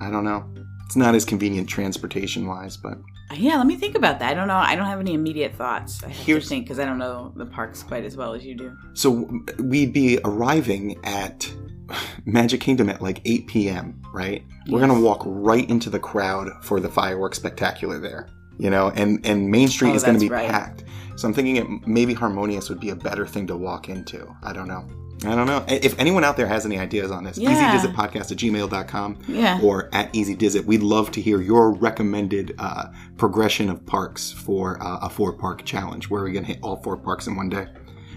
S2: I don't know. It's not as convenient transportation wise, but
S1: Yeah, let me think about that. I don't know. I don't have any immediate thoughts. I have
S2: Here's-
S1: to think because I don't know the parks quite as well as you do.
S2: So we'd be arriving at Magic Kingdom at like 8 p.m., right? We're
S1: Yes.
S2: gonna walk right into the crowd for the fireworks spectacular there, you know, and and Main Street
S1: Oh,
S2: is gonna
S1: that's
S2: be
S1: right.
S2: packed. So I'm thinking it maybe Harmonious would be a better thing to walk into. I don't know. I don't know. If anyone out there has any ideas on this,
S1: Yeah.
S2: easydizitpodcast at gmail.com
S1: Yeah.
S2: or at Easy Dizit. We'd love to hear your recommended uh, progression of parks for uh, a four park challenge where we're going to hit all four parks in one day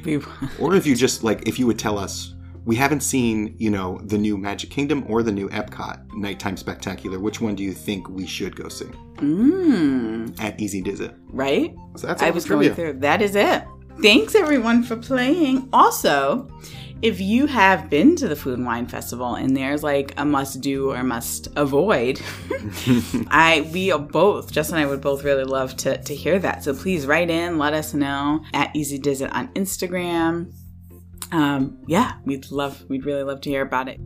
S1: We- [laughs]
S2: or if you just like if you would tell us we haven't seen you know the new magic kingdom or the new epcot nighttime spectacular which one do you think we should go see
S1: Mm,
S2: at easy dizit
S1: right?
S2: so that's all
S1: I
S2: the
S1: was
S2: trivia
S1: going through. That is it. Thanks everyone for playing. Also, if you have been to the Food and Wine Festival and there's like a must do or must
S2: [laughs]
S1: avoid, I we are both, Jess and I would both really love to, to hear that. So please write in, let us know at Easy Dizit on Instagram. Um, yeah, we'd love we'd really love to hear about it.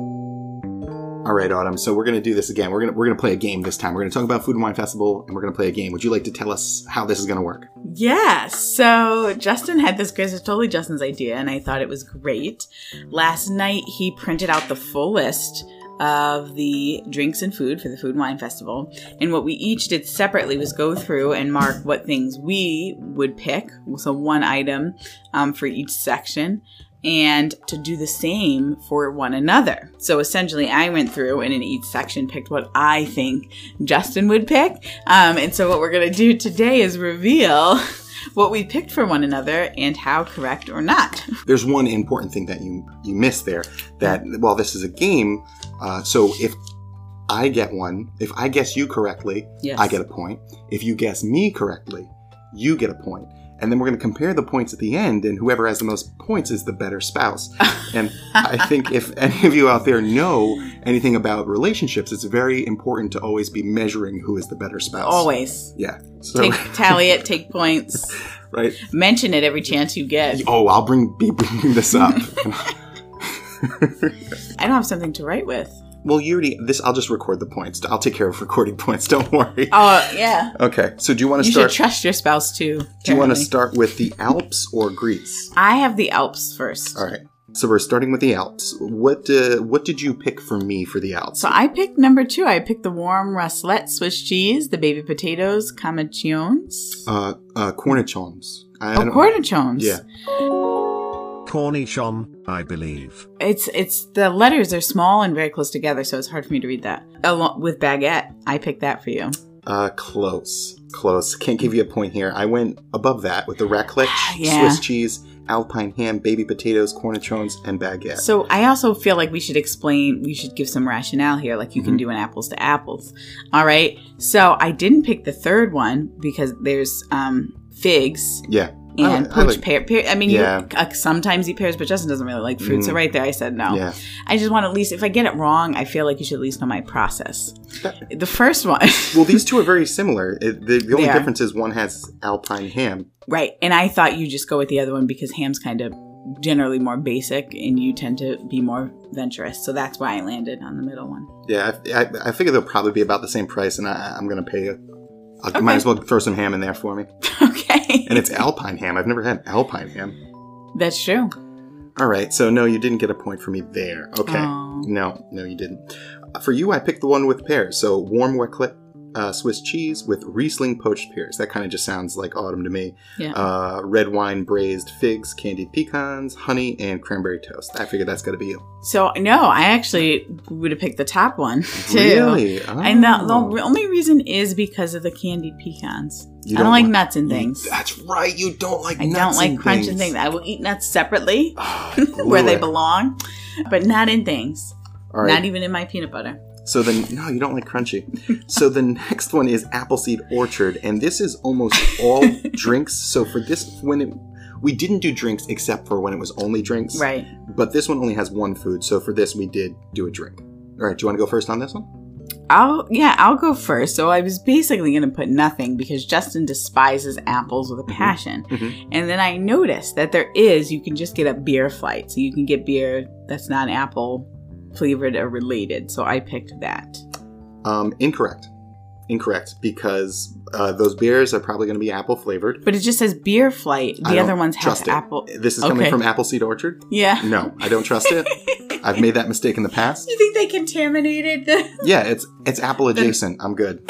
S2: all right autumn so we're gonna do this again we're gonna we're gonna play a game this time we're gonna talk about food and wine festival and we're gonna play a game would you like to tell us how this is gonna work
S1: Yeah, so Justin had this quiz. It's totally Justin's idea, and I thought it was great. Last night, he printed out the full list of the drinks and food for the Food and Wine Festival. And what we each did separately was go through and mark what things we would pick. So, one item um, for each section. and to do the same for one another. So essentially, I went through and in each section picked what I think Justin would pick. Um, and so, what we're going to do today is reveal [laughs] what we picked for one another and how correct or not.
S2: There's one important thing that you you missed there. That while this is a game, uh, so if I get one, if I guess you correctly,
S1: Yes.
S2: I get a point. If you guess me correctly, you get a point. And then we're going to compare the points at the end, and whoever has the most points is the better
S1: [laughs]
S2: spouse. and I think if any of you out there know anything about relationships, it's very important to always be measuring who is the better spouse.
S1: Always
S2: Yeah. So, [laughs]
S1: take tally it, take points,
S2: right.
S1: mention it every chance you get.
S2: Oh, I'll bring be bringing this up.
S1: [laughs] I don't have something to write with.
S2: well, you already. This I'll just record the points. I'll take care of recording points. [laughs] Don't worry.
S1: Oh yeah,
S2: Okay. So do you want to
S1: you
S2: start?
S1: should trust your spouse too.
S2: do you
S1: apparently.
S2: want to start with the Alps or Greece?
S1: I have the Alps first.
S2: All right. So we're starting with the Alps. What uh, what did you pick for me for the Alps?
S1: So I picked number two. I picked the warm russet Swiss cheese, the baby potatoes, camachones.
S2: Uh, uh, cornichons. I, I
S1: oh,
S2: don't-
S1: cornichons.
S2: Yeah.
S3: Cornichon, I believe.
S1: It's it's the letters are small and very close together, so it's hard for me to read that. Along with baguette, I picked that for you.
S2: Uh, close. Close. Can't give you a point here. I went above that with the raclette,
S1: [sighs] Yeah.
S2: Swiss cheese, Alpine ham, baby potatoes, cornichons, and baguette.
S1: So I also feel like we should explain, we should give some rationale here, like
S2: Mm-hmm.
S1: you can do an apples to apples. All right. So I didn't pick the third one because there's um, figs
S2: yeah.
S1: and
S2: I- I
S1: poached
S2: like-
S1: pear. pear. I mean,
S2: Yeah.
S1: you uh, sometimes eat pears, but Justin doesn't really like fruit. So
S2: Mm.
S1: right there, I said no.
S2: Yeah.
S1: I just want at least, if I get it wrong, I feel like you should at least know my process.
S2: That-
S1: The first one,
S2: Well, these two are very similar. It, the, the only
S1: They are.
S2: difference is one has Alpine ham.
S1: right? And I thought you just go with the other one because ham's kind of generally more basic, and you tend to be more venturous. So that's why I landed on the middle one. [laughs]
S2: Yeah, I, I, I figure they'll probably be about the same price, and I, I'm going to pay you. I
S1: Okay.
S2: might as well throw some ham in there for me.
S1: okay,
S2: And it's Alpine ham. I've never had Alpine ham.
S1: that's true.
S2: All right, so no, you didn't get a point for me there. Okay.
S1: Oh.
S2: No, no, you didn't. Uh, For you, I picked the one with pears. So warm Wecklet uh, Swiss cheese with Riesling poached pears. That kind of just sounds like autumn to me.
S1: Yeah.
S2: Uh, red wine braised figs, candied pecans, honey, and cranberry toast. I figured that's got to be you.
S1: So no, I actually would have picked the top one [laughs] too.
S2: Really?
S1: And the, the
S2: Oh.
S1: re- only reason is because of the candied pecans.
S2: You
S1: I don't
S2: don't
S1: like
S2: want-
S1: nuts and things.
S2: That's right. You don't like
S1: I
S2: nuts
S1: don't like
S2: and
S1: crunch
S2: things.
S1: and things. I will eat nuts separately
S2: Ah,
S1: [laughs] where they
S2: blew it.
S1: belong, but not in things.
S2: All right.
S1: Not even in my peanut butter.
S2: So then, no, you don't like crunchy. so the next one is Appleseed Orchard, and this is almost
S1: [laughs]
S2: all drinks. So for this, when it, we didn't do drinks except for when it was only drinks,
S1: Right.
S2: But this one only has one food. So for this, we did do a drink. All right, do you want to go first on this one?
S1: I'll yeah, I'll go first. So I was basically gonna put nothing because Justin despises apples with a passion.
S2: Mhm.
S1: And then I noticed that there is you can just get a beer flight. So you can get beer that's not apple flavored or related. So I picked that.
S2: Um, incorrect, incorrect, because uh, those beers are probably going to be apple flavored.
S1: But it just says beer flight.
S2: I
S1: The
S2: don't
S1: other ones
S2: trust
S1: have
S2: it. Mm.
S1: apple
S2: This is coming
S1: Okay.
S2: from Appleseed Orchard.
S1: Yeah.
S2: No, I don't trust it. I've made that mistake in the past.
S1: [laughs] You think they contaminated the [laughs]
S2: Yeah, it's it's apple adjacent. I'm good.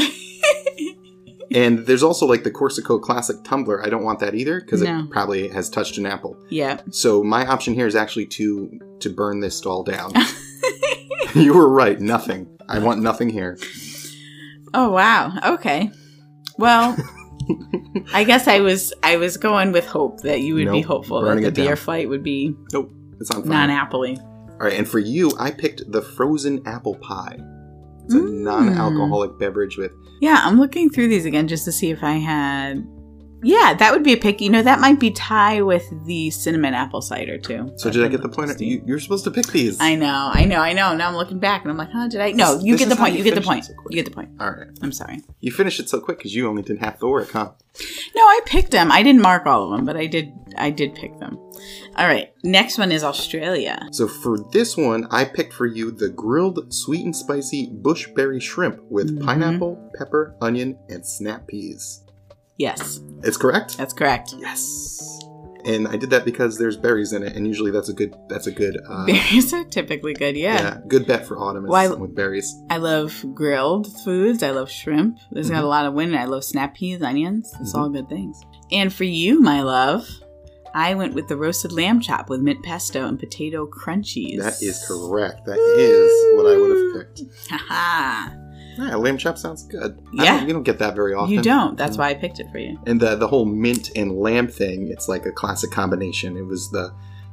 S2: And there's also like the Corsico Classic tumbler. I don't want that either because
S1: No.
S2: it probably has touched an apple.
S1: Yeah.
S2: So my option here is actually to to burn this
S1: [laughs]
S2: stall down. you were right. Nothing. I want nothing here.
S1: Oh wow. Okay.
S2: [laughs]
S1: Well, I guess I was I was going with hope that you would be
S2: Nope.
S1: hopeful that
S2: Burning
S1: the
S2: it down.
S1: beer flight would be
S2: Nope. It's on fire.
S1: non-appley.
S2: All right. And for you, I picked the frozen apple pie. It's a
S1: Mm.
S2: non-alcoholic beverage with.
S1: Yeah, I'm looking through these again just to see if I had. Yeah, that would be a pick. You know, that might be tie with the cinnamon apple cider too.
S2: So did I get the point? You, you're supposed to pick these.
S1: I know, I know, I know. Now I'm looking back and I'm like, huh? Did I? No,
S2: This-
S1: you
S2: this
S1: get the
S2: is how
S1: point.
S2: you
S1: You get the
S2: finish
S1: point.
S2: it so quick.
S1: You get the point.
S2: All right.
S1: I'm sorry.
S2: You finished it so quick because you only did half the work, huh?
S1: No, I picked them. I didn't mark all of them, but I did. I did pick them. All right. Next one is Australia.
S2: So for this one, I picked for you the grilled sweet and spicy bushberry shrimp with
S1: Mhm.
S2: pineapple, pepper, onion, and snap peas.
S1: Yes,
S2: It's correct.
S1: that's correct.
S2: Yes. And I did that because there's berries in it, and usually that's a good that's a good
S1: [laughs]
S2: uh,
S1: Berries are typically good. Yeah.
S2: yeah good bet for autumn is
S1: Why-
S2: something with berries.
S1: I love grilled foods. I love shrimp. There's
S2: Mm-hmm.
S1: got a lot of wind. I love snap peas, onions. It's all good things. And for you, my love, I went with the roasted lamb chop with mint pesto and potato crunchies. [laughs]
S2: That is correct. That is what I would have picked.
S1: Haha.
S2: Yeah, lamb chop sounds good. I
S1: Yeah.
S2: don't, we don't get that very often.
S1: You don't. That's why I picked it for you.
S2: And the the whole mint and lamb thing, it's like a classic combination. It was the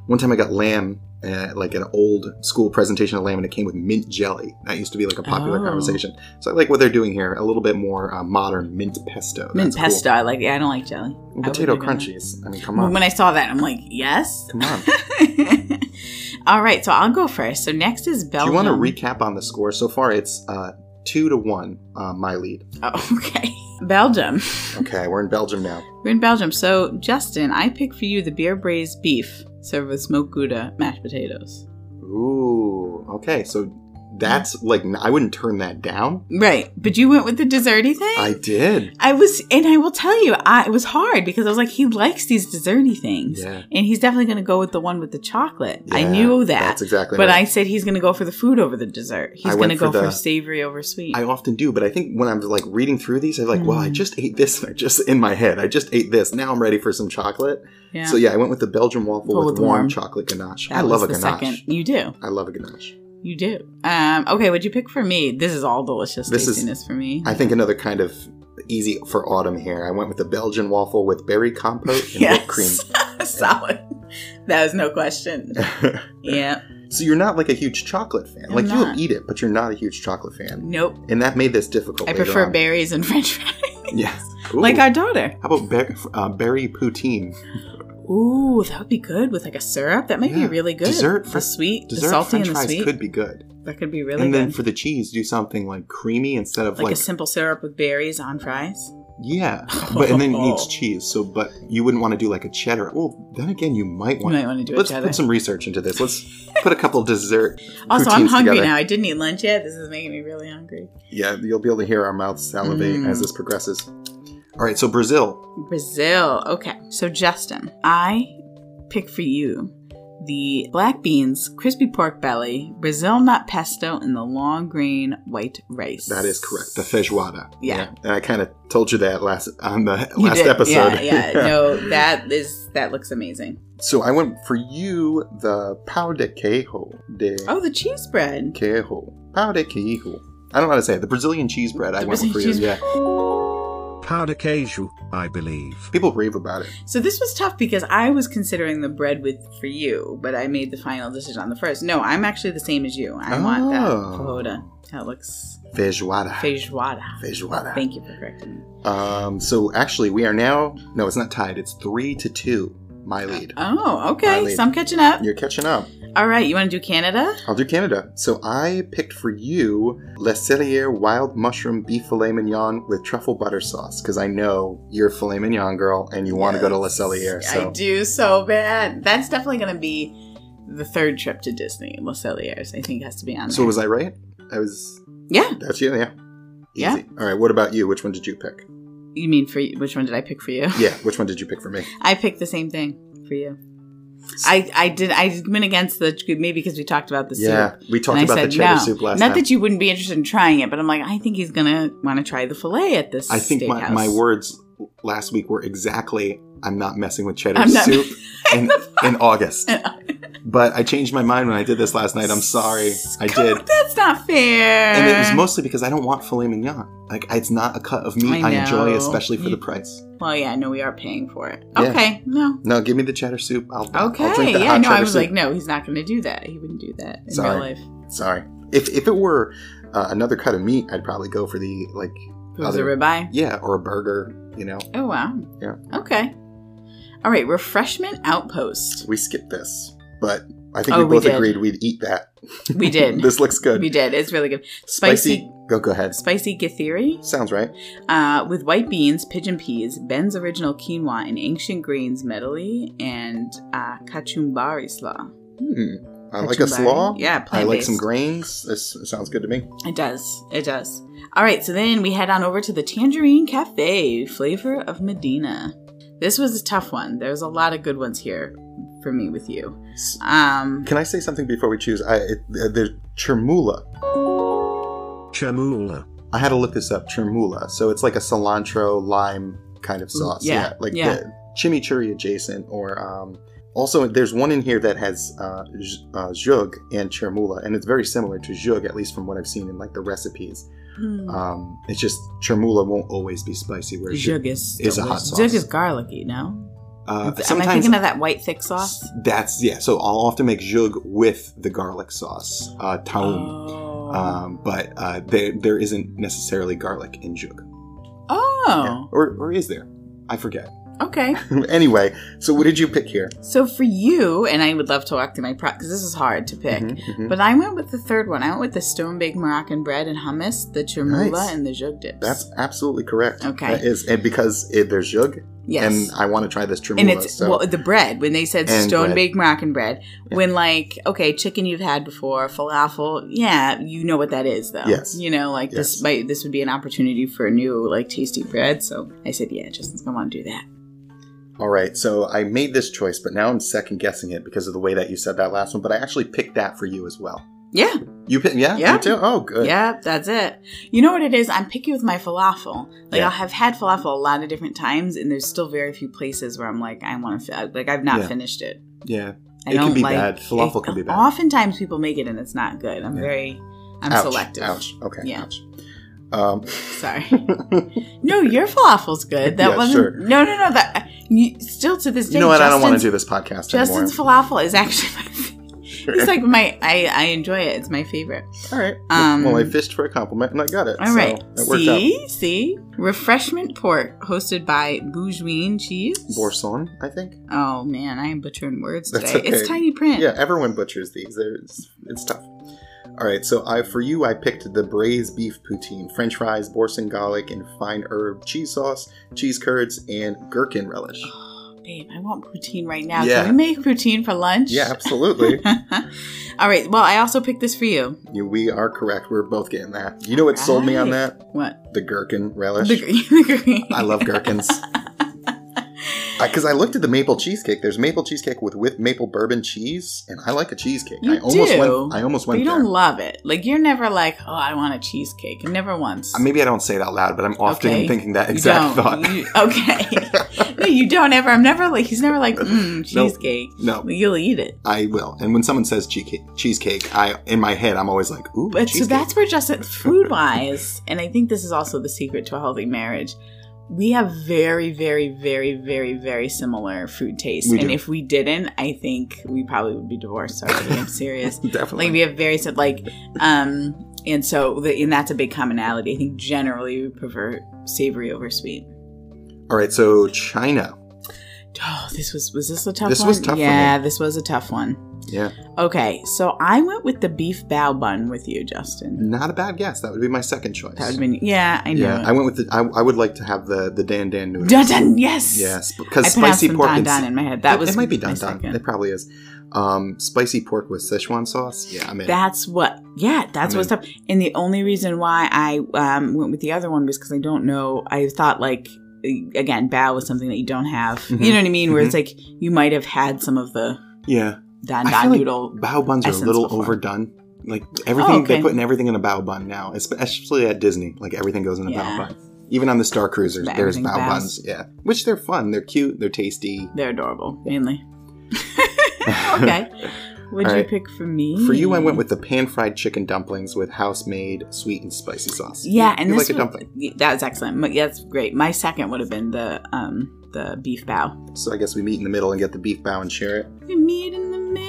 S2: one time I got lamb at like an old school presentation of lamb, and it came with mint jelly. That used to be like a popular
S1: Oh.
S2: conversation. So I like what they're doing here. A little bit more uh, modern mint pesto.
S1: Mint
S2: That's cool.
S1: pesto. I like. I don't like jelly.
S2: And
S1: I
S2: Potato
S1: wouldn't do
S2: crunchies. I mean, come on,
S1: When I saw that, I'm like, yes.
S2: come on.
S1: [laughs] All right, so I'll go first. So next is
S2: Do
S1: Belgium.
S2: you want to recap on the score so far? It's uh, two to one, uh, my lead.
S1: Oh, [laughs] okay. Belgium.
S2: Okay, we're in Belgium now.
S1: We're in Belgium. So, Justin, I picked for you the beer braised beef served with smoked gouda mashed potatoes.
S2: Ooh, okay. So that's like n- I wouldn't turn that down.
S1: Right, but you went with the desserty thing?
S2: I did.
S1: I was, and I will tell you, I, it was hard because I was like, he likes these desserty things.
S2: Yeah.
S1: And he's definitely going to go with the one with the chocolate. I
S2: Yeah,
S1: knew that.
S2: That's exactly.
S1: But
S2: right.
S1: I said he's going to go for the food over the dessert. He's
S2: I
S1: going
S2: went
S1: to go
S2: for
S1: for,
S2: the-
S1: savory over sweet.
S2: I often do, but I think when I'm like reading through these, I'm like, well, I
S1: Mm.
S2: just ate this, and I just in my head, I just ate this. Now I'm ready for some chocolate.
S1: yeah.
S2: So yeah, I went with the Belgian waffle
S1: Well,
S2: with,
S1: with
S2: warm,
S1: warm.
S2: chocolate ganache.
S1: That
S2: I love a
S1: was the
S2: ganache.
S1: You do.
S2: I love a ganache.
S1: You do. Um, okay, what'd you pick for me? This is all delicious
S2: This is-
S1: tastiness for me.
S2: I think another kind of easy for autumn here. I went with the Belgian waffle with berry compote and
S1: yes.
S2: whipped
S1: [laughs]
S2: cream.
S1: Solid. That was no
S2: [laughs]
S1: question. [laughs] yeah.
S2: so you're not like a huge chocolate fan.
S1: I'm
S2: like
S1: not.
S2: you'll eat it, but you're not a huge chocolate fan,
S1: Nope.
S2: and that made this difficult.
S1: I
S2: later
S1: prefer
S2: on.
S1: berries and [laughs] french fries.
S2: Yeah.
S1: Like
S2: Ooh.
S1: our daughter.
S2: How about ber- uh, berry poutine?
S1: Ooh, that would be good with like a syrup. That might be
S2: Yeah.
S1: really good.
S2: Dessert fr-
S1: the sweet,
S2: Dessert
S1: the salty,
S2: French
S1: and the
S2: fries
S1: sweet.
S2: could be good.
S1: that could be really
S2: and
S1: good.
S2: then for the cheese, do something like creamy instead of
S1: like,
S2: like,
S1: a simple syrup with berries on fries. [laughs]
S2: yeah. But and then it
S1: Oh.
S2: needs cheese. So, but you wouldn't want to do like a cheddar. Well, then again, you might
S1: You
S2: want.
S1: might want to do
S2: Let's
S1: it
S2: put
S1: other.
S2: some research into this. Let's put a couple dessert.
S1: Also, I'm
S2: poutines
S1: hungry
S2: together.
S1: now. I didn't eat lunch yet. This is making me really hungry.
S2: Yeah, you'll be able to hear our mouths salivate
S1: Mm.
S2: as this progresses. All right, so Brazil.
S1: Brazil. Okay. So, Justin, I pick for you the black beans, crispy pork belly, Brazil nut pesto, and the long grain white rice.
S2: That is correct. The feijoada.
S1: Yeah.
S2: and I kind of told you that last on the
S1: You
S2: last
S1: did-
S2: episode.
S1: Yeah,
S2: [laughs]
S1: yeah. No, that is that looks amazing.
S2: So I went for you the pão de queijo de
S1: Oh, the cheese bread.
S2: queijo. Pão de queijo. I don't know how to say it. The Brazilian cheese bread. I
S1: The
S2: went for
S1: Brazilian
S2: you.
S1: cheese
S2: Yeah,
S3: Powder Cajou, I believe.
S2: people rave about it.
S1: So this was tough because I was considering the bread with for you, but I made the final decision on the first. No, I'm actually the same as you. I want that
S2: Oh.
S1: pagoda. That looks
S2: Feijoada.
S1: feijoada.
S2: Feijoada.
S1: Thank you for correcting me.
S2: Um. So actually, we are now. No, it's not tied. It's three to two. My lead.
S1: Oh, okay.
S2: Finally.
S1: So I'm catching up.
S2: You're catching up.
S1: All right, you want to do Canada?
S2: I'll do Canada. So I picked for you La Cellier Wild Mushroom Beef Filet Mignon with truffle butter sauce because I know you're a filet mignon girl and you want to go to La Cellier.
S1: Yes,
S2: So
S1: I do so bad. That's definitely going to be the third trip to Disney. Los Celliers, I think, has to be on.
S2: So
S1: there.
S2: was I right? I was.
S1: yeah.
S2: That's you. Yeah.
S1: Yeah.
S2: Easy. All right. What about you? Which one did you pick?
S1: You mean for which one did I pick for you? [laughs]
S2: Yeah. Which one did you pick for me?
S1: I picked the same thing for you. I, I did I went against the maybe because we talked about the
S2: yeah.
S1: soup.
S2: We talked
S1: and
S2: about
S1: I
S2: the
S1: said
S2: cheddar
S1: no.
S2: soup last
S1: Not
S2: time.
S1: that you wouldn't be interested in trying it, but I'm like I think he's gonna want to try the fillet at this.
S2: I think my,
S1: steakhouse.
S2: my words last week were exactly I'm not messing with cheddar
S1: I'm not- [laughs]
S2: soup in, in August. But I changed my mind when I did this last night. I'm sorry. I
S1: Come
S2: did.
S1: on, That's not fair.
S2: And it was mostly because I don't want filet mignon. Like it's not a cut of meat I,
S1: I
S2: enjoy,
S1: know.
S2: especially for
S1: You-
S2: the price.
S1: Well, yeah, no, we are paying for it.
S2: Yeah.
S1: Okay, no.
S2: No, give me the cheddar soup. I'll,
S1: Okay,
S2: I'll drink the
S1: yeah,
S2: hot
S1: no, I
S2: cheddar
S1: was
S2: soup.
S1: like, no, he's not going to do that. He wouldn't do that in
S2: Sorry.
S1: real life.
S2: Sorry. If if it were uh, another cut of meat, I'd probably go for the like
S1: It was a
S2: Other-
S1: ribeye.
S2: yeah or a burger. You know,
S1: Oh wow.
S2: Yeah.
S1: Okay. All right, refreshment outpost.
S2: we skipped this, but I think
S1: Oh,
S2: we
S1: we
S2: both
S1: did.
S2: agreed we'd eat that.
S1: We did.
S2: [laughs] this looks good.
S1: we did. It's really good. Spicy,
S2: Go go ahead.
S1: spicy, githeri
S2: Sounds right.
S1: uh, with white beans, pigeon peas, Ben's original quinoa, and ancient grains medley, and uh, kachumbari slaw.
S2: Hmm. I like a
S1: Kachumbari.
S2: slaw.
S1: Yeah,
S2: I like
S1: plant-based.
S2: some grains. This sounds good to me.
S1: It does. It does. All right, so then we head on over to the Tangerine Cafe, flavor of Medina. This was a tough one. There's a lot of good ones here for me with you. Um,
S2: Can I say something before we choose? I it, the chermoula.
S3: Chamula.
S2: I had to look this up. Chermoula. So it's like a cilantro lime kind of sauce.
S1: Mm, yeah,
S2: like
S1: yeah.
S2: the chimichurri adjacent, or um, also there's one in here that has uh, z- uh, zhug and chermoula, and it's very similar to zhug, at least from what I've seen in like the recipes.
S1: Hmm.
S2: Um, it's just chermoula won't always be spicy, where zhug
S1: Zhug is,
S2: is a hot sauce.
S1: Zhug is garlicky, no?
S2: uh,
S1: Am I
S2: sometimes
S1: thinking of that white thick sauce?
S2: that's yeah. So I'll often make zhug with the garlic sauce, uh, taum.
S1: Oh.
S2: Um, but uh, there there isn't necessarily garlic in zhug, Yeah.
S1: oh.
S2: or or is there? I forget. [laughs]
S1: Okay.
S2: anyway, so what did you pick here?
S1: So for you, and I would love to walk through my pro because this is hard to pick.
S2: Mhm, mhm.
S1: But I went with the third one. I went with the stone baked Moroccan bread and hummus, the chermoula,
S2: Nice.
S1: and the zhug dips.
S2: That's absolutely correct.
S1: Okay.
S2: That is, and because it, there's yug,
S1: yes.
S2: and I want to try this tremula.
S1: and it's
S2: so
S1: well, the bread when they said
S2: And
S1: stone
S2: bread.
S1: baked Moroccan bread.
S2: Yeah.
S1: When like okay, chicken you've had before, falafel, yeah, you know what that is though.
S2: Yes.
S1: you know like
S2: Yes.
S1: this might this would be an opportunity for a new like tasty bread. So I said, yeah, Justin's gonna want to do that.
S2: all right, so I made this choice, but now I'm second guessing it because of the way that you said that last one. But I actually picked that for you as well.
S1: Yeah,
S2: You picked, yeah,
S1: Yeah.
S2: you too. Oh, good.
S1: yeah, that's it. You know what it is? I'm picky with my falafel. Like
S2: Yeah.
S1: I'll have had falafel a lot of different times, and there's still very few places where I'm like I want to fi- like I've not
S2: Yeah.
S1: finished it.
S2: yeah.
S1: I
S2: It can
S1: don't
S2: be
S1: like,
S2: bad. Falafel can be bad.
S1: Oftentimes people make it and it's not good. I'm
S2: Yeah.
S1: very, I'm
S2: ouch,
S1: selective.
S2: Ouch. Okay.
S1: Yeah.
S2: Ouch. Um, [laughs]
S1: Sorry. no, your falafel's good. That
S2: Yeah,
S1: wasn't.
S2: sure.
S1: No, no, no. That you, still to this day.
S2: you know what? I don't want to
S1: Justin's-
S2: do this podcast
S1: Justin's
S2: anymore.
S1: falafel is actually my. It's like my. I I enjoy it. It's my favorite.
S2: all right.
S1: um,
S2: well, I fished for a compliment and I got it.
S1: All
S2: so
S1: right.
S2: It worked out.
S1: See, see. Refreshment port hosted by Bourgeois Cheese.
S2: Borson, I think.
S1: Oh man, I am butchering words
S2: That's
S1: today.
S2: okay.
S1: It's tiny print.
S2: Yeah, everyone butchers these. They're- It's, it's tough. All right, so I for you I picked the braised beef poutine, French fries, boursin garlic, and fine herb cheese sauce, cheese curds, and gherkin relish.
S1: Babe, I want poutine right now.
S2: Yeah.
S1: Can we make poutine for lunch?
S2: Yeah,
S1: [laughs]
S2: absolutely.
S1: All right. Well, I also picked this for you.
S2: you, we are correct. We're both getting that. You know what sold me on
S1: Right.
S2: that?
S1: What?
S2: The gherkin
S1: The, [laughs]
S2: relish.
S1: the green.
S2: I
S1: [laughs]
S2: love gherkins. Because I looked at the maple cheesecake. There's maple cheesecake with, with maple bourbon cheese, and I like a cheesecake.
S1: You
S2: I almost
S1: do,
S2: went. I almost
S1: But
S2: went
S1: you
S2: there.
S1: don't love it. Like you're never like, oh, I want a cheesecake. Never once.
S2: Uh, Maybe I don't say it out loud, but I'm often
S1: Okay.
S2: thinking that
S1: You
S2: exact
S1: don't.
S2: thought.
S1: You- okay. [laughs] no, you don't ever. I'm never like. He's never like mm,
S2: Nope.
S1: cheesecake.
S2: [laughs] No,
S1: You'll eat it.
S2: I will. And when someone says cheesecake, cheesecake, I in my head I'm always like, ooh,
S1: But so
S2: cheesecake.
S1: that's where Justin, food wise, and I think this is also the secret to a healthy marriage. We have very, very, very, very, very similar food tastes,
S2: We
S1: and
S2: do.
S1: if we didn't, I think we probably would be divorced already.
S2: [laughs]
S1: I'm serious.
S2: [laughs] definitely
S1: like we have very said like um and so the, and that's a big commonality i think generally we prefer savory over sweet
S2: all right. So China,
S1: oh this was was this a tough
S2: This
S1: one
S2: was tough for
S1: yeah this was a tough one
S2: yeah,
S1: okay so i went with the beef bao bun with you justin
S2: not a bad guess. That would be my second choice.
S1: that would have been yeah i know
S2: Mm. yeah, I went with the. I, I would like to have the the dan dan noodles.
S1: dun dun yes
S2: Yes,
S1: I
S2: because
S1: pronounced
S2: spicy
S1: them
S2: pork
S1: don
S2: and
S1: don in my head. That
S2: it,
S1: was
S2: it might be
S1: my
S2: dan dan.
S1: second.
S2: It probably is. Um, spicy pork with Szechuan sauce. Yeah, I'm in.
S1: That's what, yeah, that's
S2: I
S1: what's up. And the only reason why I um, went with the other one was because I don't know. I thought like eh, again, bao was something that you don't have.
S2: Mhm.
S1: You know what I mean? Where it's like you might have had some of the
S2: yeah,
S1: dan
S2: I
S1: dan
S2: feel like
S1: noodle.
S2: bao buns are a
S1: Essence
S2: little
S1: before.
S2: overdone. Like everything, they're
S1: okay.
S2: putting everything in a bao bun now, especially at Disney. Like everything goes in a
S1: Yeah.
S2: bao bun. Even on the Star Cruisers,
S1: But
S2: there's
S1: everything
S2: bao
S1: bows.
S2: buns. Yeah, which they're fun. They're cute. They're tasty.
S1: They're adorable,
S2: [laughs]
S1: mainly. okay, what'd
S2: All
S1: you
S2: right.
S1: pick for me?
S2: For you, I
S1: Mm.
S2: went with the pan-fried chicken dumplings with house-made sweet and spicy sauce.
S1: yeah,
S2: you,
S1: and
S2: you
S1: this
S2: like a
S1: was-
S2: dumpling,
S1: that was excellent. My- yeah, That's great. My second would have been the um the beef bao.
S2: so I guess we meet in the middle and get the beef bao and share it.
S1: We meet in the
S2: [laughs]
S1: middle.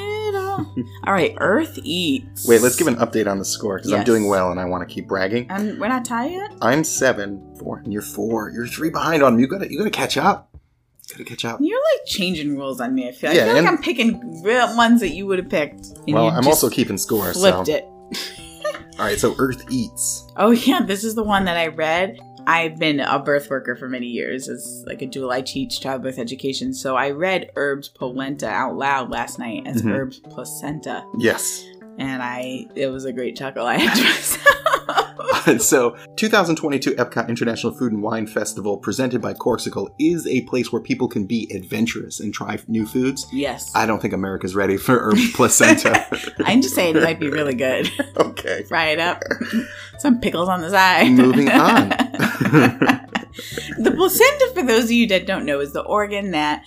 S1: All right, Earth eats.
S2: Wait, let's give an update on the score because I'm
S1: Yes.
S2: doing well and I want to keep bragging.
S1: Um, we're not tied yet.
S2: I'm seven, four, and you're four. You're three behind on me. You gotta, you gotta catch up. You gotta catch up.
S1: You're like changing rules on me. I feel.
S2: Yeah,
S1: I feel
S2: and-
S1: like I'm picking real ones that you would have picked. and
S2: Well,
S1: you
S2: I'm
S1: just
S2: also keeping score. So
S1: flipped it.
S2: All right, so Earth eats.
S1: Oh [laughs] yeah, this is the one that I read. I've been a birth worker for many years as like a dual. I teach childbirth education, so I read herbs polenta out loud last night as
S2: Mhm.
S1: herbs placenta,
S2: Yes. [laughs]
S1: and I it was a great chuckle I [laughs] had to myself.
S2: so, 2022 Epcot International Food and Wine Festival, presented by Corksicle, is a place where people can be adventurous and try new foods.
S1: yes,
S2: I don't think America's ready for
S1: [laughs]
S2: herb placenta.
S1: I'm just saying it might be really good. [laughs]
S2: okay.
S1: [laughs]
S2: [laughs]
S1: Fry it up, some pickles on the side.
S2: Moving on.
S1: the placenta, for those of you that don't know, is the organ that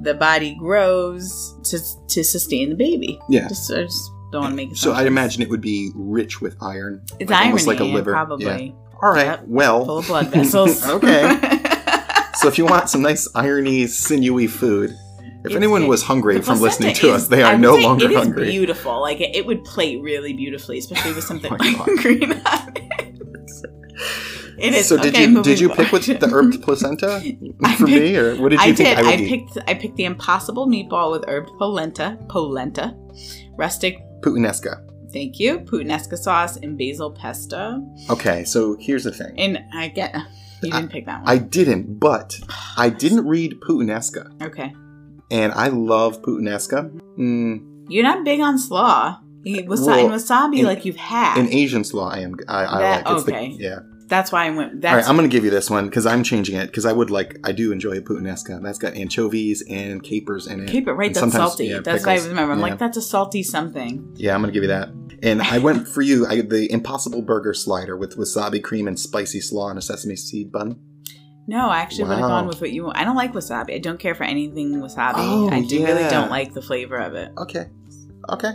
S1: the body grows to to sustain the baby.
S2: Yeah.
S1: Just, I just don't want to make it
S2: [laughs] So I'd imagine it would be rich with iron.
S1: it's
S2: like-
S1: irony,
S2: almost like a liver.
S1: probably
S2: Yeah. All right.
S1: Yep. full
S2: Well,
S1: of blood vessels.
S2: Okay.
S1: [laughs]
S2: so if you want some nice irony, sinewy food, if
S1: It's
S2: anyone
S1: good.
S2: was hungry
S1: The
S2: from listening
S1: placenta
S2: to
S1: is-
S2: us, they are
S1: I would
S2: no
S1: say
S2: longer
S1: it is
S2: hungry.
S1: beautiful. Like it, it would plate really beautifully, especially with something
S2: [laughs] Oh my
S1: like
S2: God.
S1: green
S2: [laughs]
S1: on it. [laughs] It is.
S2: so did
S1: okay,
S2: you
S1: moving
S2: did you pick with
S1: forward.
S2: the [laughs] herb placenta
S1: [laughs] I
S2: for me,
S1: picked-
S2: or what did you
S1: I
S2: think
S1: did.
S2: I
S1: I,
S2: would eat?
S1: picked. I picked the impossible meatball with herb polenta, polenta, rustic.
S2: Putinesca.
S1: Thank you, puttanesca sauce and basil pesto.
S2: Okay, so here's the thing.
S1: And I get you didn't pick that
S2: I
S1: one.
S2: didn't, but I didn't read Putinesca,
S1: okay,
S2: and I love Putinesca. Mm,
S1: you're not big on slaw. You eat wasa-
S2: Well,
S1: and wasabi
S2: in-
S1: like you've had.
S2: in Asian slaw, I am I, I
S1: That-
S2: like. It's
S1: okay.
S2: The, yeah.
S1: that's why I went.
S2: All right,
S1: That's
S2: I'm gonna give you this one because I'm changing it because I would like I do enjoy a puttanesca. That's got anchovies and capers in it.
S1: Keep it right.
S2: And
S1: That's
S2: sometimes-
S1: salty.
S2: yeah,
S1: that's what I
S2: pickles.
S1: remember. I'm
S2: Yeah.
S1: like, that's a salty something.
S2: Yeah, I'm gonna give you that. And
S1: [laughs]
S2: I went for you. I the Impossible Burger slider with wasabi cream and spicy slaw and a sesame seed bun.
S1: No, I actually would have
S2: Wow.
S1: gone with what you want. I don't like wasabi. I don't care for anything wasabi.
S2: Oh,
S1: I do, really
S2: yeah.
S1: don't like the flavor of it.
S2: Okay, okay.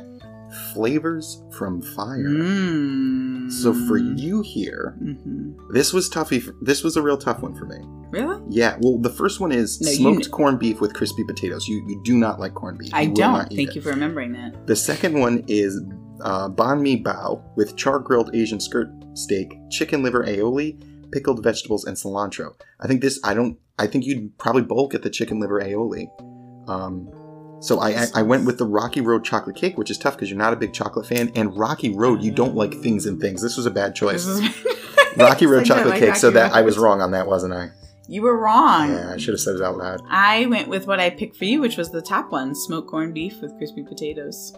S2: Flavors from fire.
S1: Mm.
S2: So for you here,
S1: hmm
S2: this was toughy. f- This was a real tough one for me.
S1: Really?
S2: Yeah. Well, the first one is
S1: No, you
S2: smoked
S1: kn-
S2: corned beef with crispy potatoes. You you do not like corned beef.
S1: I
S2: You will
S1: don't.
S2: not eat
S1: Thank
S2: it.
S1: you for remembering that.
S2: The second one is uh, banh mi bao with char grilled Asian skirt steak, chicken liver aioli, pickled vegetables, and cilantro. I think this. I don't. I think you'd probably bulk at the chicken liver aioli. Um, so I, I I went with the Rocky Road chocolate cake, which is tough because you're not a big chocolate fan, and Rocky Road you don't like things and things. This was a bad
S1: This
S2: choice.
S1: is [laughs]
S2: [laughs] Rocky
S1: I
S2: Road
S1: don't
S2: chocolate
S1: like
S2: cake. so
S1: Rocky
S2: that
S1: Road.
S2: I was wrong on that, wasn't I?
S1: You were wrong.
S2: Yeah, I should have said it out loud.
S1: I went with what I picked for you, which was the top one: smoked corned beef with crispy potatoes.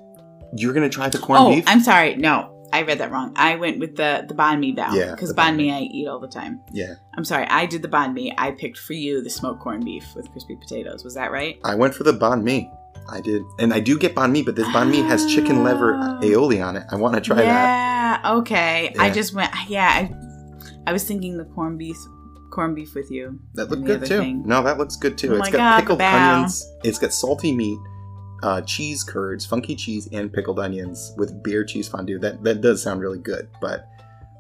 S2: You're gonna try the corned
S1: oh,
S2: beef.
S1: I'm sorry. No, I read that wrong. I went with the the banh mi bao
S2: Yeah,
S1: because
S2: the banh
S1: banh mi I eat all the time.
S2: yeah,
S1: I'm sorry, I did the banh mi. I picked for you the smoked corned beef with crispy potatoes. Was that right?
S2: I went for the banh mi. I did, and I do get banh mi, but this banh mi has chicken liver
S1: Ah.
S2: aioli on it. I want to try that.
S1: yeah. Okay. I
S2: Yeah.
S1: just went. Yeah. I, I was thinking the corned beef, corned beef with you.
S2: That
S1: and
S2: looked
S1: the
S2: good
S1: other
S2: too.
S1: thing.
S2: No, that looks good too.
S1: Oh my
S2: It's got
S1: God,
S2: pickled
S1: Bao.
S2: onions. It's got salty meat, uh, cheese curds, funky cheese, and pickled onions with beer cheese fondue. That that does sound really good, but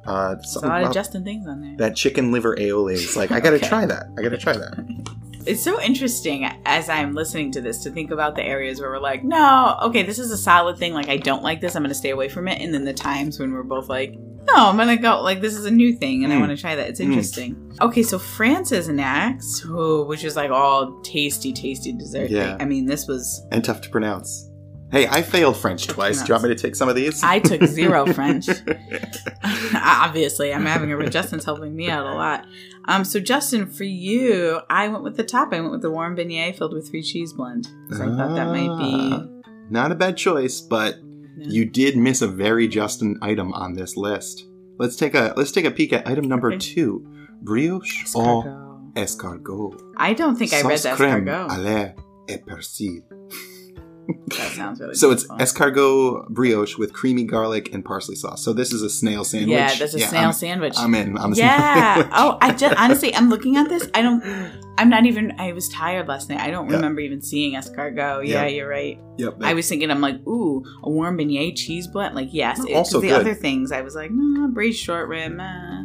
S2: uh,
S1: There's a
S2: something
S1: lot of
S2: about
S1: Justin things on there.
S2: that chicken liver aioli. It's like I
S1: [laughs]
S2: gotta
S1: Okay.
S2: try that. I gotta try that.
S1: [laughs] It's so interesting as I'm listening to this to think about the areas where we're like, no, okay, this is a solid thing. Like, I don't like this. I'm going to stay away from it. And then the times when we're both like, no, I'm going to go. Like, this is a new thing and I
S2: Mm.
S1: want to try that. It's
S2: Mm.
S1: interesting. Okay, so France is next, ooh, which is like all tasty, tasty dessert.
S2: Yeah.
S1: Thing. I mean, this was,
S2: And tough to pronounce. Hey, I failed French
S1: Tough to
S2: twice. Do you want me to take some of these?
S1: I took zero
S2: [laughs]
S1: French. [laughs] Obviously, I'm having a Justin's helping me out a lot. Um, so Justin, for you, I went with the top. I went with the warm beignet filled with three cheese blend. 'Cause I thought that might
S2: Ah.
S1: be
S2: Not a bad choice, but
S1: No.
S2: You did miss a very Justin item on this list. Let's take a let's take a peek at item number
S1: Okay.
S2: two, brioche au
S1: Escargot.
S2: escargot.
S1: I don't think I read
S2: Oh. Sauce
S1: that
S2: crème à
S1: escargot.
S2: l'air et persil.
S1: That sounds really
S2: So it's
S1: beautiful.
S2: escargot brioche with creamy garlic and parsley sauce. So this is a snail sandwich.
S1: Yeah, that's a snail
S2: I'm-
S1: sandwich.
S2: I'm in. I'm a
S1: yeah.
S2: [laughs] snail
S1: [laughs]
S2: sandwich.
S1: Oh, I just honestly, I'm looking at this. I don't. I'm not even. I was tired last night. I don't
S2: Yeah.
S1: remember even seeing escargot. Yeah,
S2: Yeah.
S1: you're right.
S2: Yep.
S1: I was thinking, I'm like, ooh, a warm beignet cheese blend. Like, yes.
S2: Mm,
S1: It- 'cause
S2: also
S1: the
S2: good.
S1: other things, I was like, nah, braised short rib. nah.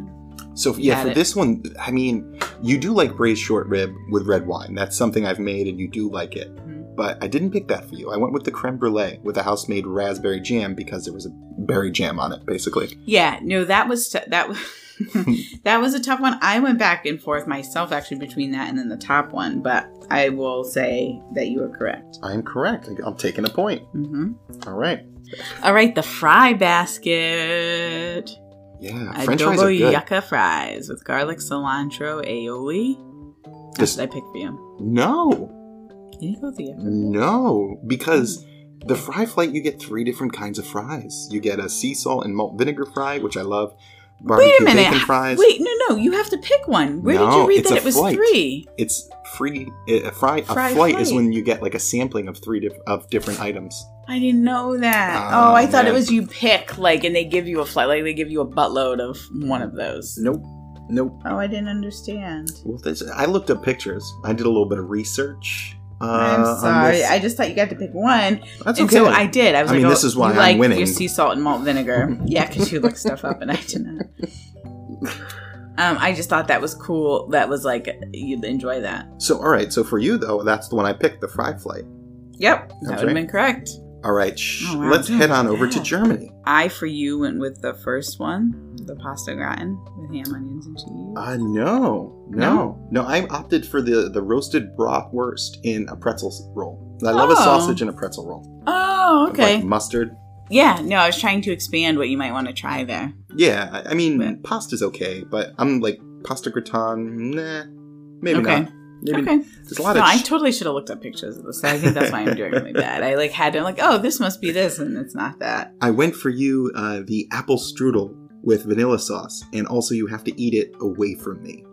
S2: So f-
S1: You
S2: yeah,
S1: had
S2: for
S1: it.
S2: this one, I mean, you do like braised short rib with red wine. That's something I've made, and you do like it.
S1: Mhm.
S2: But I didn't pick that for you. I went with the creme brulee with a house-made raspberry jam because there was a berry jam on it, basically.
S1: Yeah. No, that was t- that was. [laughs]
S2: [laughs]
S1: that was a tough one. I went back and forth myself actually between that and then the top one, but I will say that you were correct.
S2: I'm correct. I'm taking a point.
S1: hmm
S2: All right.
S1: All right, the fry basket.
S2: Yeah, French fries are
S1: Adobo
S2: good.
S1: yucca fries with garlic, cilantro, aioli. That's
S2: This-
S1: what I picked for you.
S2: no,
S1: Can you go with the yucca?
S2: Mm. no, because the fry flight you get three different kinds of fries. You get a sea salt and malt vinegar fry, which I love. Barbecue
S1: Wait a minute.
S2: bacon fries.
S1: Wait, no, no. You have to pick one. Where did
S2: No,
S1: you read
S2: it's
S1: that
S2: a
S1: it was
S2: flight.
S1: three?
S2: it's free a fry,
S1: Fry
S2: a flight, is
S1: flight.
S2: when you get like a sampling of three diff- of different items
S1: I didn't know that.
S2: Oh,
S1: oh, I thought
S2: man.
S1: it was you pick, like, and they give you a flight, like, they give you a buttload of one of those.
S2: nope Nope.
S1: Oh, I didn't understand.
S2: Well, this, I looked up pictures. I did a little bit of research. Uh,
S1: I'm
S2: on
S1: sorry.
S2: this.
S1: I just thought you got to pick one.
S2: That's
S1: and
S2: okay.
S1: so I did. I was
S2: I
S1: like,
S2: mean,
S1: oh,
S2: this is why
S1: you
S2: I'm
S1: like
S2: winning.
S1: Your sea salt and malt
S2: [laughs]
S1: vinegar. yeah, because you looked stuff up and I didn't. Um, I just thought that was cool. That was like you'd enjoy that.
S2: so, all right. So for you though, that's the one I picked, the fry flight.
S1: Yep, that
S2: That's
S1: would have
S2: right.
S1: been correct.
S2: All right. Shh,
S1: Oh, wow.
S2: Let's head on over to
S1: Yeah.
S2: Germany.
S1: I for you went with the first one, the pasta gratin with ham, onions, and cheese.
S2: Uh, no, no, no. I opted for the the roasted bratwurst in a pretzel s- roll. I love a
S1: Oh.
S2: sausage in a pretzel roll.
S1: oh,
S2: With,
S1: okay.
S2: Like mustard.
S1: yeah, no, I was trying to expand what you might want to try there.
S2: Yeah, I- I mean
S1: But-
S2: pasta's okay, but I'm like pasta gratin. Nah, maybe
S1: okay.
S2: not. Maybe
S1: okay.
S2: there's a lot
S1: no,
S2: of.
S1: I
S2: ch-
S1: totally should have looked up pictures of this. I think that's why I'm doing really bad. I like had to like, oh, this must be this, and it's not that.
S2: I went for you uh, the apple strudel with vanilla sauce, and also you have to eat it away from me.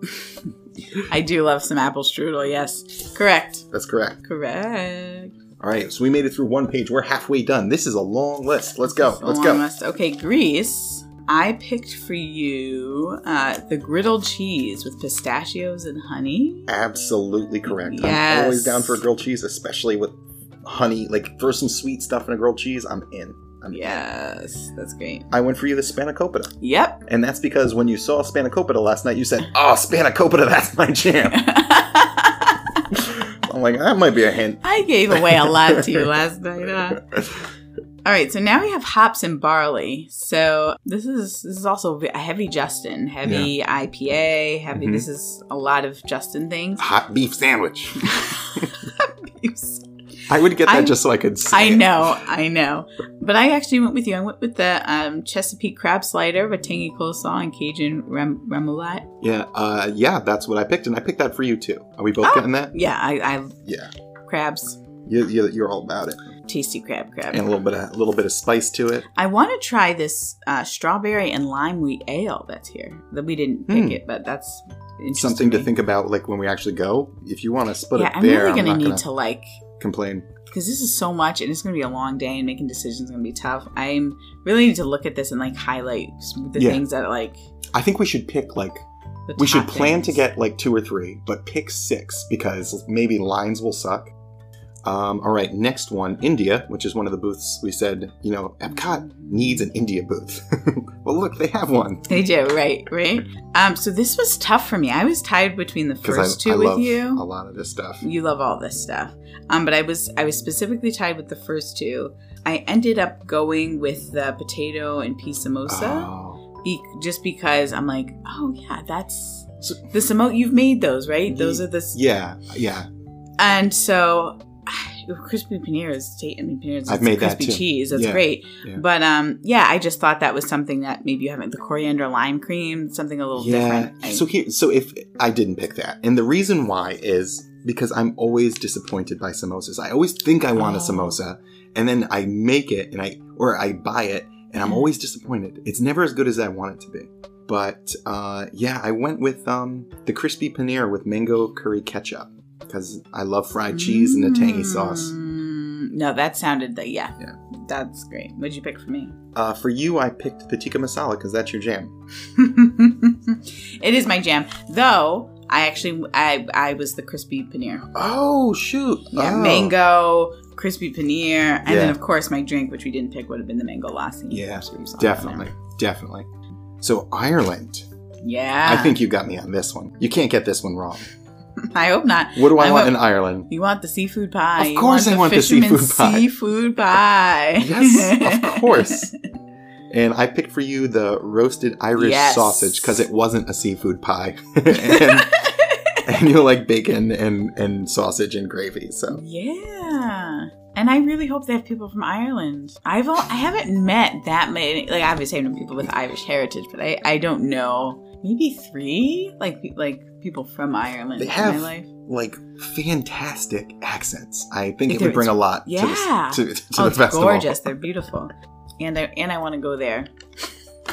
S1: I do love some apple strudel. Yes, correct,
S2: That's correct.
S1: correct.
S2: All right, so we made it through one page. We're halfway done. This is a long list. Let's go.
S1: So
S2: Let's
S1: I
S2: go.
S1: must- okay, Greece. I picked for you uh, the griddled cheese with pistachios and honey.
S2: Absolutely correct. I'm
S1: Yes.
S2: always down for a grilled cheese, especially with honey. Like for some sweet stuff in a grilled cheese, I'm in. I'm in.
S1: Yes, that's great.
S2: I went for you the spanakopita,
S1: Yep. [laughs]
S2: and that's because when you saw spanakopita last night, you said, "Oh, spanakopita, that's my [laughs] jam." I'm like, that might be a hint.
S1: I gave away a lot to you last night. Huh? All right, so now we have hops and barley. So this is this is also a heavy Justin, heavy IPA, heavy.
S2: Mhm.
S1: This is a lot of Justin
S2: [laughs]
S1: things. [laughs]
S2: Hot beef sandwich. I would get that
S1: I-
S2: just so I could. Say
S1: I
S2: it.
S1: know, I know. But I actually went with you. I went with the um, Chesapeake crab slider with tangy coleslaw and Cajun rem- remoulade.
S2: Yeah, uh, yeah, that's what I picked, and I picked that for you too. Are we both
S1: Oh.
S2: getting that?
S1: Yeah, I, I
S2: Yeah,
S1: crabs,
S2: you, you, you're all about it,
S1: tasty crab, crab.
S2: and a little bit, of, a little bit of spice to it.
S1: I want to try this uh, strawberry and lime wheat ale that's here. That we didn't pick
S2: Hmm.
S1: it, but that's interesting
S2: Something to
S1: me.
S2: think about, like when we actually go. If you want to split
S1: yeah,
S2: it
S1: I'm
S2: there,
S1: really
S2: I'm
S1: gonna
S2: not
S1: need
S2: gonna
S1: to like
S2: complain.
S1: because this is so much and it's gonna be a long day and making decisions is gonna be tough. I'm really need to look at this and like highlight the
S2: Yeah.
S1: things that like.
S2: I think we should pick like
S1: The
S2: we should
S1: top
S2: plan to
S1: things.
S2: get like two or three, but pick six because maybe lines will suck. Um, all right, next one, India, which is one of the booths we said, you know, Epcot needs an India booth. [laughs] well, look, they have one.
S1: They
S2: [laughs]
S1: do right, right. Um, so this was tough for me. I was tied between the
S2: Because
S1: first
S2: I,
S1: two
S2: I
S1: with
S2: love
S1: you.
S2: a lot of this stuff.
S1: you love all this stuff um, but i was i was specifically tied with the first two i ended up going with the potato and pea samosa
S2: Oh.
S1: be- just because i'm like oh yeah that's
S2: So-
S1: the samo you've made those right those
S2: Ye-
S1: are the s-
S2: Yeah, yeah.
S1: and so [sighs] crispy paneer is ta- i mean paneer is
S2: I've
S1: it's
S2: made that
S1: crispy
S2: too.
S1: cheese that's
S2: Yeah.
S1: great
S2: Yeah.
S1: but um yeah i just thought that was something that maybe you haven't the coriander lime cream something a little
S2: Yeah.
S1: different I-
S2: So here, so if I didn't pick that, and the reason why is because I'm always disappointed by samosas. I always think I want a
S1: Oh.
S2: samosa, and then I make it, and I or I buy it, and I'm
S1: Mhm.
S2: always disappointed. It's never as good as I want it to be. But uh, yeah, I went with um, the crispy paneer with mango curry ketchup because I love fried cheese and a tangy sauce.
S1: Mm, No, that sounded like yeah.
S2: Yeah.
S1: That's great. What'd you pick for me? [laughs]
S2: Uh, for you, I picked the tikka masala because that's your jam.
S1: it is my jam. Though I actually I I was the crispy paneer.
S2: Oh shoot!
S1: Yeah,
S2: Oh.
S1: mango, crispy paneer, and
S2: Yeah.
S1: then of course my drink, which we didn't pick, would have been the mango lassi.
S2: Yeah,
S1: Screw something
S2: Definitely, definitely. So Ireland.
S1: there. Yeah.
S2: I think you got me on this one. You can't get this one wrong.
S1: I hope not.
S2: What do I,
S1: I
S2: want
S1: went-
S2: in Ireland?
S1: You want the seafood pie?
S2: Of
S1: You
S2: course I want the
S1: fisherman's
S2: seafood pie.
S1: Seafood pie.
S2: [laughs]
S1: [laughs]
S2: Yes, of course. And I picked for you the roasted Irish
S1: Yes.
S2: sausage because it wasn't a seafood pie, [laughs]
S1: [laughs]
S2: and, and you like bacon and and sausage and gravy. So
S1: Yeah. And I really hope they have people from Ireland. I've all, I haven't met that many. Like obviously I've known people with Irish heritage, but I, I don't know maybe three like pe- like people from Ireland
S2: They
S1: in
S2: have-
S1: my life.
S2: like fantastic accents. I think it
S1: They're-
S2: would bring a lot.
S1: Yeah.
S2: to, this, to, to
S1: oh,
S2: the
S1: it's
S2: festival.
S1: gorgeous. They're beautiful. And I and I want to go there.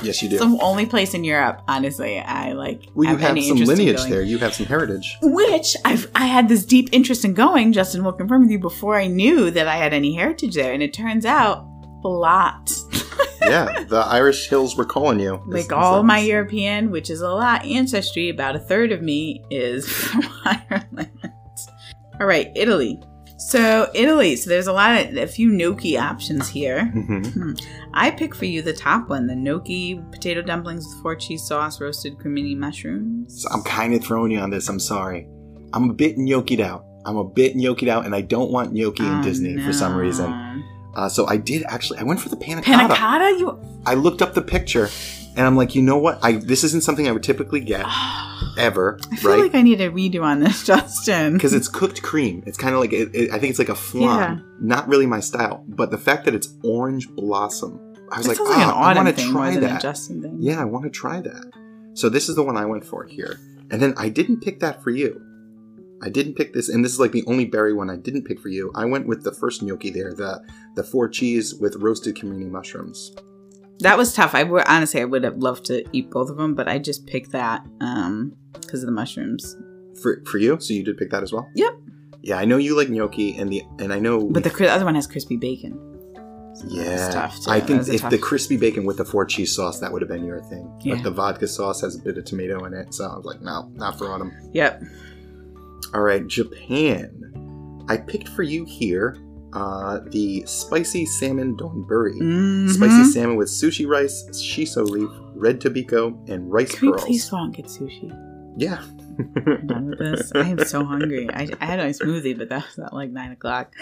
S2: Yes, you do.
S1: It's the only place in Europe, honestly. I like.
S2: well, you have,
S1: any
S2: some
S1: interest in
S2: lineage
S1: going.
S2: there. You have some heritage.
S1: Which I've, I had this deep interest in going, Justin will
S2: [laughs]
S1: confirm with you, before I knew that I had any heritage there. And it turns out, a lot.
S2: yeah, the Irish hills were calling you. Is-
S1: Like
S2: is
S1: all
S2: that-
S1: my
S2: [laughs]
S1: European, which is a lot, ancestry, about a third of me is [laughs] from Ireland. All right, Italy. So, Italy. So, there's a lot of a few gnocchi options here.
S2: Mhm.
S1: I pick for you the top one the gnocchi potato dumplings with four cheese sauce, roasted cremini mushrooms.
S2: So I'm kind of throwing you on this. I'm sorry. I'm a bit gnocchied out. I'm a bit gnocchied out, and I don't want gnocchi in
S1: Oh,
S2: Disney for some
S1: no.
S2: reason. Uh, so I did actually. I went for the panna
S1: Um, Panna
S2: cotta.
S1: cotta? You.
S2: I looked up the picture, and I'm like, you know what? I this isn't something I would typically
S1: [sighs]
S2: get ever,
S1: I feel
S2: right?
S1: like I need a redo on this, [laughs] Justin.
S2: Because it's cooked cream. It's kind of like it, it- I think it's like a flan.
S1: Yeah.
S2: Not really my style, but the fact that it's orange blossom, I was
S1: That
S2: like,
S1: sounds like
S2: "Ah,
S1: an
S2: I
S1: autumn
S2: want to
S1: thing more
S2: try
S1: than a
S2: that.
S1: Justin thing.
S2: Yeah, I want to try that. So this is the one I went for here. And then I didn't pick that for you. I didn't pick this, and this is like the only berry one I didn't pick for you. I went with the first gnocchi there, the the four cheese with roasted Carini mushrooms.
S1: That was tough. I would honestly, I would have loved to eat both of them, but I just picked that um because of the mushrooms.
S2: For for you, so you did pick that as well.
S1: Yep.
S2: Yeah, I know you like gnocchi, and the and I know.
S1: But the cri- other one has crispy bacon. So that was
S2: yeah,
S1: tough, too.
S2: I
S1: That
S2: think
S1: was a
S2: if
S1: tough-
S2: the crispy bacon with the four cheese sauce, that would have been your thing.
S1: Yeah.
S2: But the vodka sauce has a bit of tomato in it, so I was like, no, not for autumn.
S1: Yep.
S2: All right, Japan. I picked for you here uh, the spicy salmon donburi.
S1: Mhm.
S2: Spicy salmon with sushi rice, shiso leaf, red tobiko, and rice
S1: Can we
S2: pearls.
S1: please go out and get sushi?
S2: Yeah.
S1: I'm done with this. I am so hungry. I, I had a smoothie, but that was at like nine o'clock.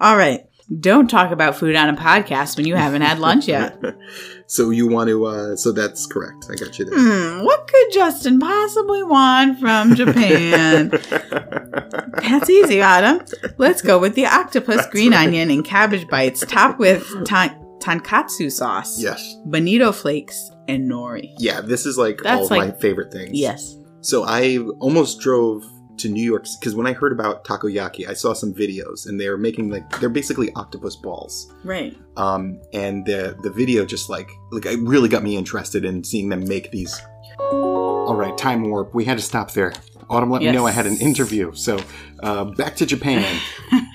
S1: All right. Don't talk about food on a podcast when [laughs] you haven't had lunch yet.
S2: [laughs] so you want to? Uh, so that's correct. I got you there.
S1: Hmm, what could Justin possibly want from Japan? That's easy, Adam. Let's go with the octopus, green onion, and cabbage bites, topped with ton- tonkatsu sauce,
S2: [laughs] yes.
S1: bonito flakes, and nori.
S2: Yeah. This is like
S1: That's
S2: all of
S1: like-
S2: my favorite things.
S1: Yes.
S2: So I almost drove to New York because when I heard about takoyaki, I saw some videos and they were making like they're basically octopus balls.
S1: Right.
S2: um, and the the video just like like it really got me interested in seeing them make these. All right, time warp. We had to stop there. Autumn let
S1: Yes.
S2: me know I had an interview, so uh, back to
S1: [laughs]
S2: Japan.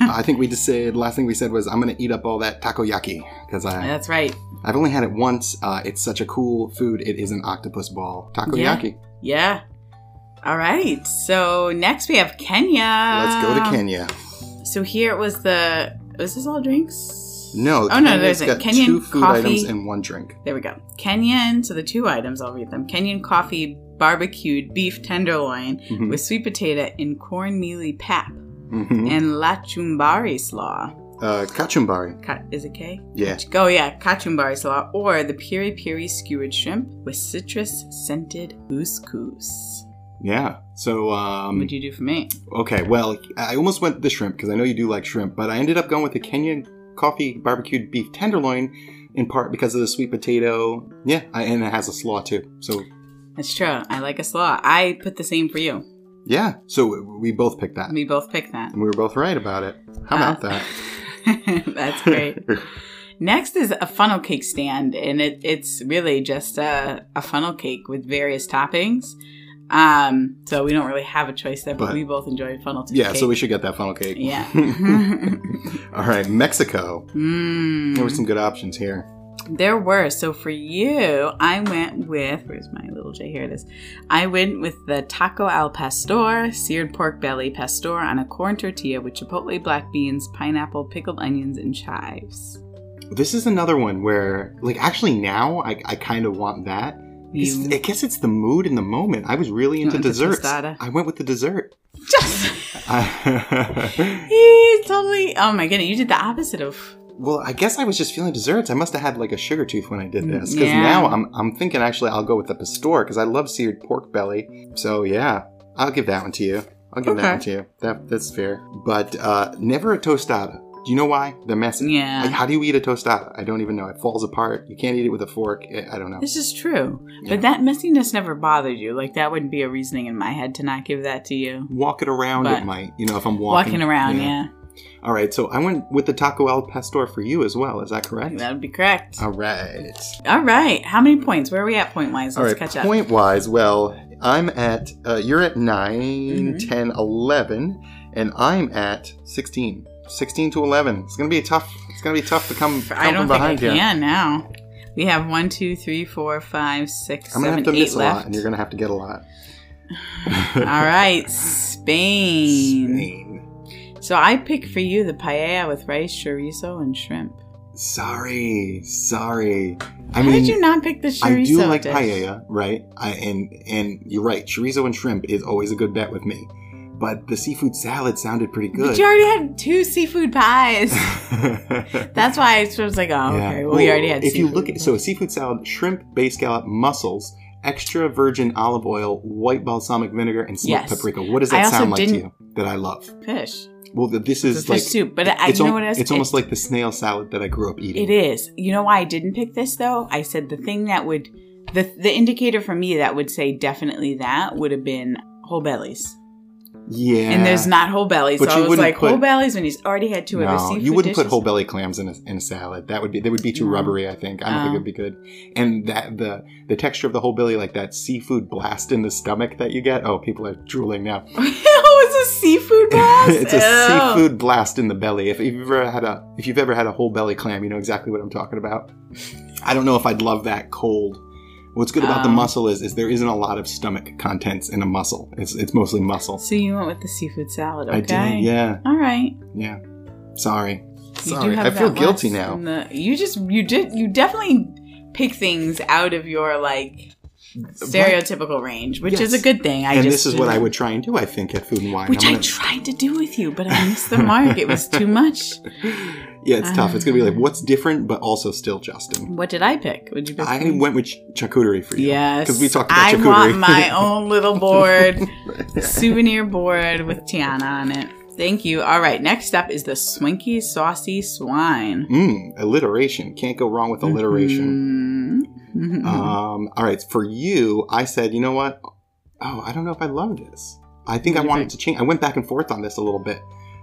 S2: I think we just said last thing we said was I'm gonna eat up all that takoyaki because I
S1: That's right.
S2: I've only had it once. Uh, it's such a cool food. It is an octopus ball takoyaki.
S1: Yeah. All right. So next we have Kenya.
S2: Let's go to
S1: Um,
S2: Kenya.
S1: So here it was the. Was this all drinks?
S2: No,
S1: Oh, no,
S2: Kenya's
S1: there's a
S2: got
S1: Kenyan
S2: two food
S1: coffee.
S2: items and one drink.
S1: There we go. Kenyan. So the two items, I'll read them Kenyan coffee, barbecued beef tenderloin
S2: Mhm.
S1: with sweet potato and cornmealy pap
S2: Mhm.
S1: and lachumbari slaw.
S2: Uh, kachumbari.
S1: Ka- is it K?
S2: Yeah.
S1: Oh yeah, kachumbari slaw or the piri piri skewered shrimp with citrus scented couscous.
S2: Yeah. So um,
S1: What'd you do for me?
S2: Okay, well, I almost went the shrimp because I know you do like shrimp, but I ended up going with the Kenya coffee barbecued beef tenderloin in part because of the sweet potato. Yeah, I, and it has a slaw too. So,
S1: That's true. I like a slaw. I put the same for you.
S2: yeah, so we both picked that.
S1: We both picked that.
S2: And we were both right about it. Uh, How about
S1: Uh,
S2: that?
S1: [laughs] That's great. Next is a funnel cake stand, and it, it's really just a, a funnel cake with various toppings. Um, so we don't really have a choice there, but,
S2: But-
S1: we both enjoy funnel cake.
S2: [laughs] yeah, so we should get that funnel cake. [laughs]
S1: Yeah.
S2: All right, Mexico.
S1: Mm.
S2: There were some good options here.
S1: There were. So for you, I went with where's my little J? Here it is. I went with the taco al pastor, seared pork belly pastor on a corn tortilla with chipotle black beans, pineapple, pickled onions, and chives.
S2: This is another one where, like, actually now I, I kind of want that. It's-
S1: You
S2: I guess it's the mood and the moment. I was really into
S1: went with
S2: desserts.
S1: tostada.
S2: I went with the dessert.
S1: uh? just
S2: I-
S1: he's totally oh my goodness, you did the opposite of
S2: [laughs] Well, I guess I was just feeling desserts. I must have had like a sugar tooth when I did this because
S1: Mm, Yeah.
S2: now I'm I'm thinking actually I'll go with the pastor because I love seared pork belly. So yeah, I'll give that one to you. I'll give
S1: Okay.
S2: that one to you. That that's fair. But uh, never a tostada. Do you know why? The mess. Like,
S1: Yeah.
S2: how do you eat a tostada? I don't even know. It falls apart. You can't eat it with a fork. Eh, I- I don't know.
S1: This is true.
S2: Yeah.
S1: But that messiness never bothered you. Like that wouldn't be a reasoning in my head to not give that to you.
S2: Walk it around.
S1: But-
S2: it might. You know, if I'm walking,
S1: Walking, around, yeah.
S2: All right. So I went with the taco al pastor for you as well. Is that correct?
S1: That would be correct.
S2: All right.
S1: All right. How many points? Where are we at point wise?
S2: All
S1: Let's
S2: right,
S1: catch up.
S2: point wise, well, I'm at, uh, you're at 9,
S1: Mhm.
S2: 10, 11, and I'm at 16. 16 to 11. It's going to be tough. It's going to be tough to come, come
S1: I don't
S2: from
S1: think I
S2: behind you.
S1: can now. We have one, two, three, four, five, six,
S2: I'm gonna
S1: seven,
S2: have to
S1: eight
S2: miss a lot,
S1: left.
S2: and you're gonna have to get a lot. [laughs]
S1: All right, Spain.
S2: Spain.
S1: So I pick for you the paella with rice, chorizo, and shrimp.
S2: Sorry, sorry. I
S1: How
S2: mean,
S1: did you not pick the chorizo?
S2: I do like
S1: dish?
S2: paella, right? I, and and you're right, chorizo and shrimp is always a good bet with me. But the seafood salad sounded pretty
S1: But
S2: good. [laughs]
S1: you already had two seafood pies. [laughs] That's why I was like, oh,
S2: Yeah.
S1: okay. Well, we already had.
S2: If you
S1: seafood.
S2: look at so a seafood salad, shrimp, bay scallop, mussels, extra virgin olive oil, white balsamic vinegar, and smoked
S1: Yes.
S2: paprika. What does
S1: I
S2: that
S1: also
S2: sound like to
S1: didn't-
S2: you? That I love.
S1: fish,
S2: Well, th- this
S1: it's
S2: is
S1: fish
S2: like
S1: soup. But I,
S2: it's,
S1: you know
S2: al-
S1: what else?
S2: it's almost like the snail salad that I grew up eating.
S1: It is. You know why I didn't pick this though? I said the thing that would the the indicator for me that would say definitely that would have been whole bellies.
S2: Yeah,
S1: And there's not whole bellies,
S2: But
S1: so
S2: you
S1: I was
S2: wouldn't
S1: like
S2: put-
S1: whole bellies when he's already had two other
S2: No,
S1: seafood
S2: you wouldn't put
S1: dishes. [laughs]
S2: whole belly clams in a, in a salad. That would be they would be too
S1: No.
S2: rubbery. I think I don't think
S1: Oh.
S2: it'd be good. And that the the texture of the whole belly, like that seafood blast in the stomach that you get. Oh, people are drooling now. [laughs]
S1: it's a seafood blast.
S2: it's a
S1: Ew.
S2: seafood blast in the belly. If, you've ever had a if you've ever had a whole belly clam, you know exactly what I'm talking about. I don't know if I'd love that cold. What's good about the
S1: Um.
S2: mussel is is there isn't a lot of stomach contents in a mussel. It's it's mostly muscle.
S1: So you went with the seafood salad, okay?
S2: I did, yeah,
S1: All right.
S2: yeah. Sorry,
S1: You do
S2: sorry.
S1: have
S2: I feel
S1: that
S2: guilty
S1: less
S2: now.
S1: in the- you just you did you definitely pick things out of your like stereotypical range, which is a
S2: Yes.
S1: good thing. I
S2: and
S1: just
S2: this is what
S1: didn't-
S2: I would try and do, I think, at Food and Wine.
S1: which
S2: I'm
S1: I
S2: gonna-
S1: tried to do with you, but I missed the mark. It was too much.
S2: [laughs] yeah, it's tough. It's gonna be like what's different, but also still Justin.
S1: What did I pick? Would you pick?
S2: I
S1: me?
S2: went with ch- charcuterie for you. [laughs]
S1: Yes,
S2: because we talked about
S1: I
S2: charcuterie.
S1: want
S2: [laughs]
S1: my own little board, souvenir board with Tiana on it. Thank you. All right, next up is the Swinky Saucy Swine.
S2: Mm, alliteration. Can't go wrong with
S1: Mm-hmm.
S2: alliteration.
S1: Mhm.
S2: Um, all right, for you, I said, you know what? Oh, I don't know if I love this. I think I
S1: What do you
S2: wanted
S1: think?
S2: to change. I went back and forth on this a little bit,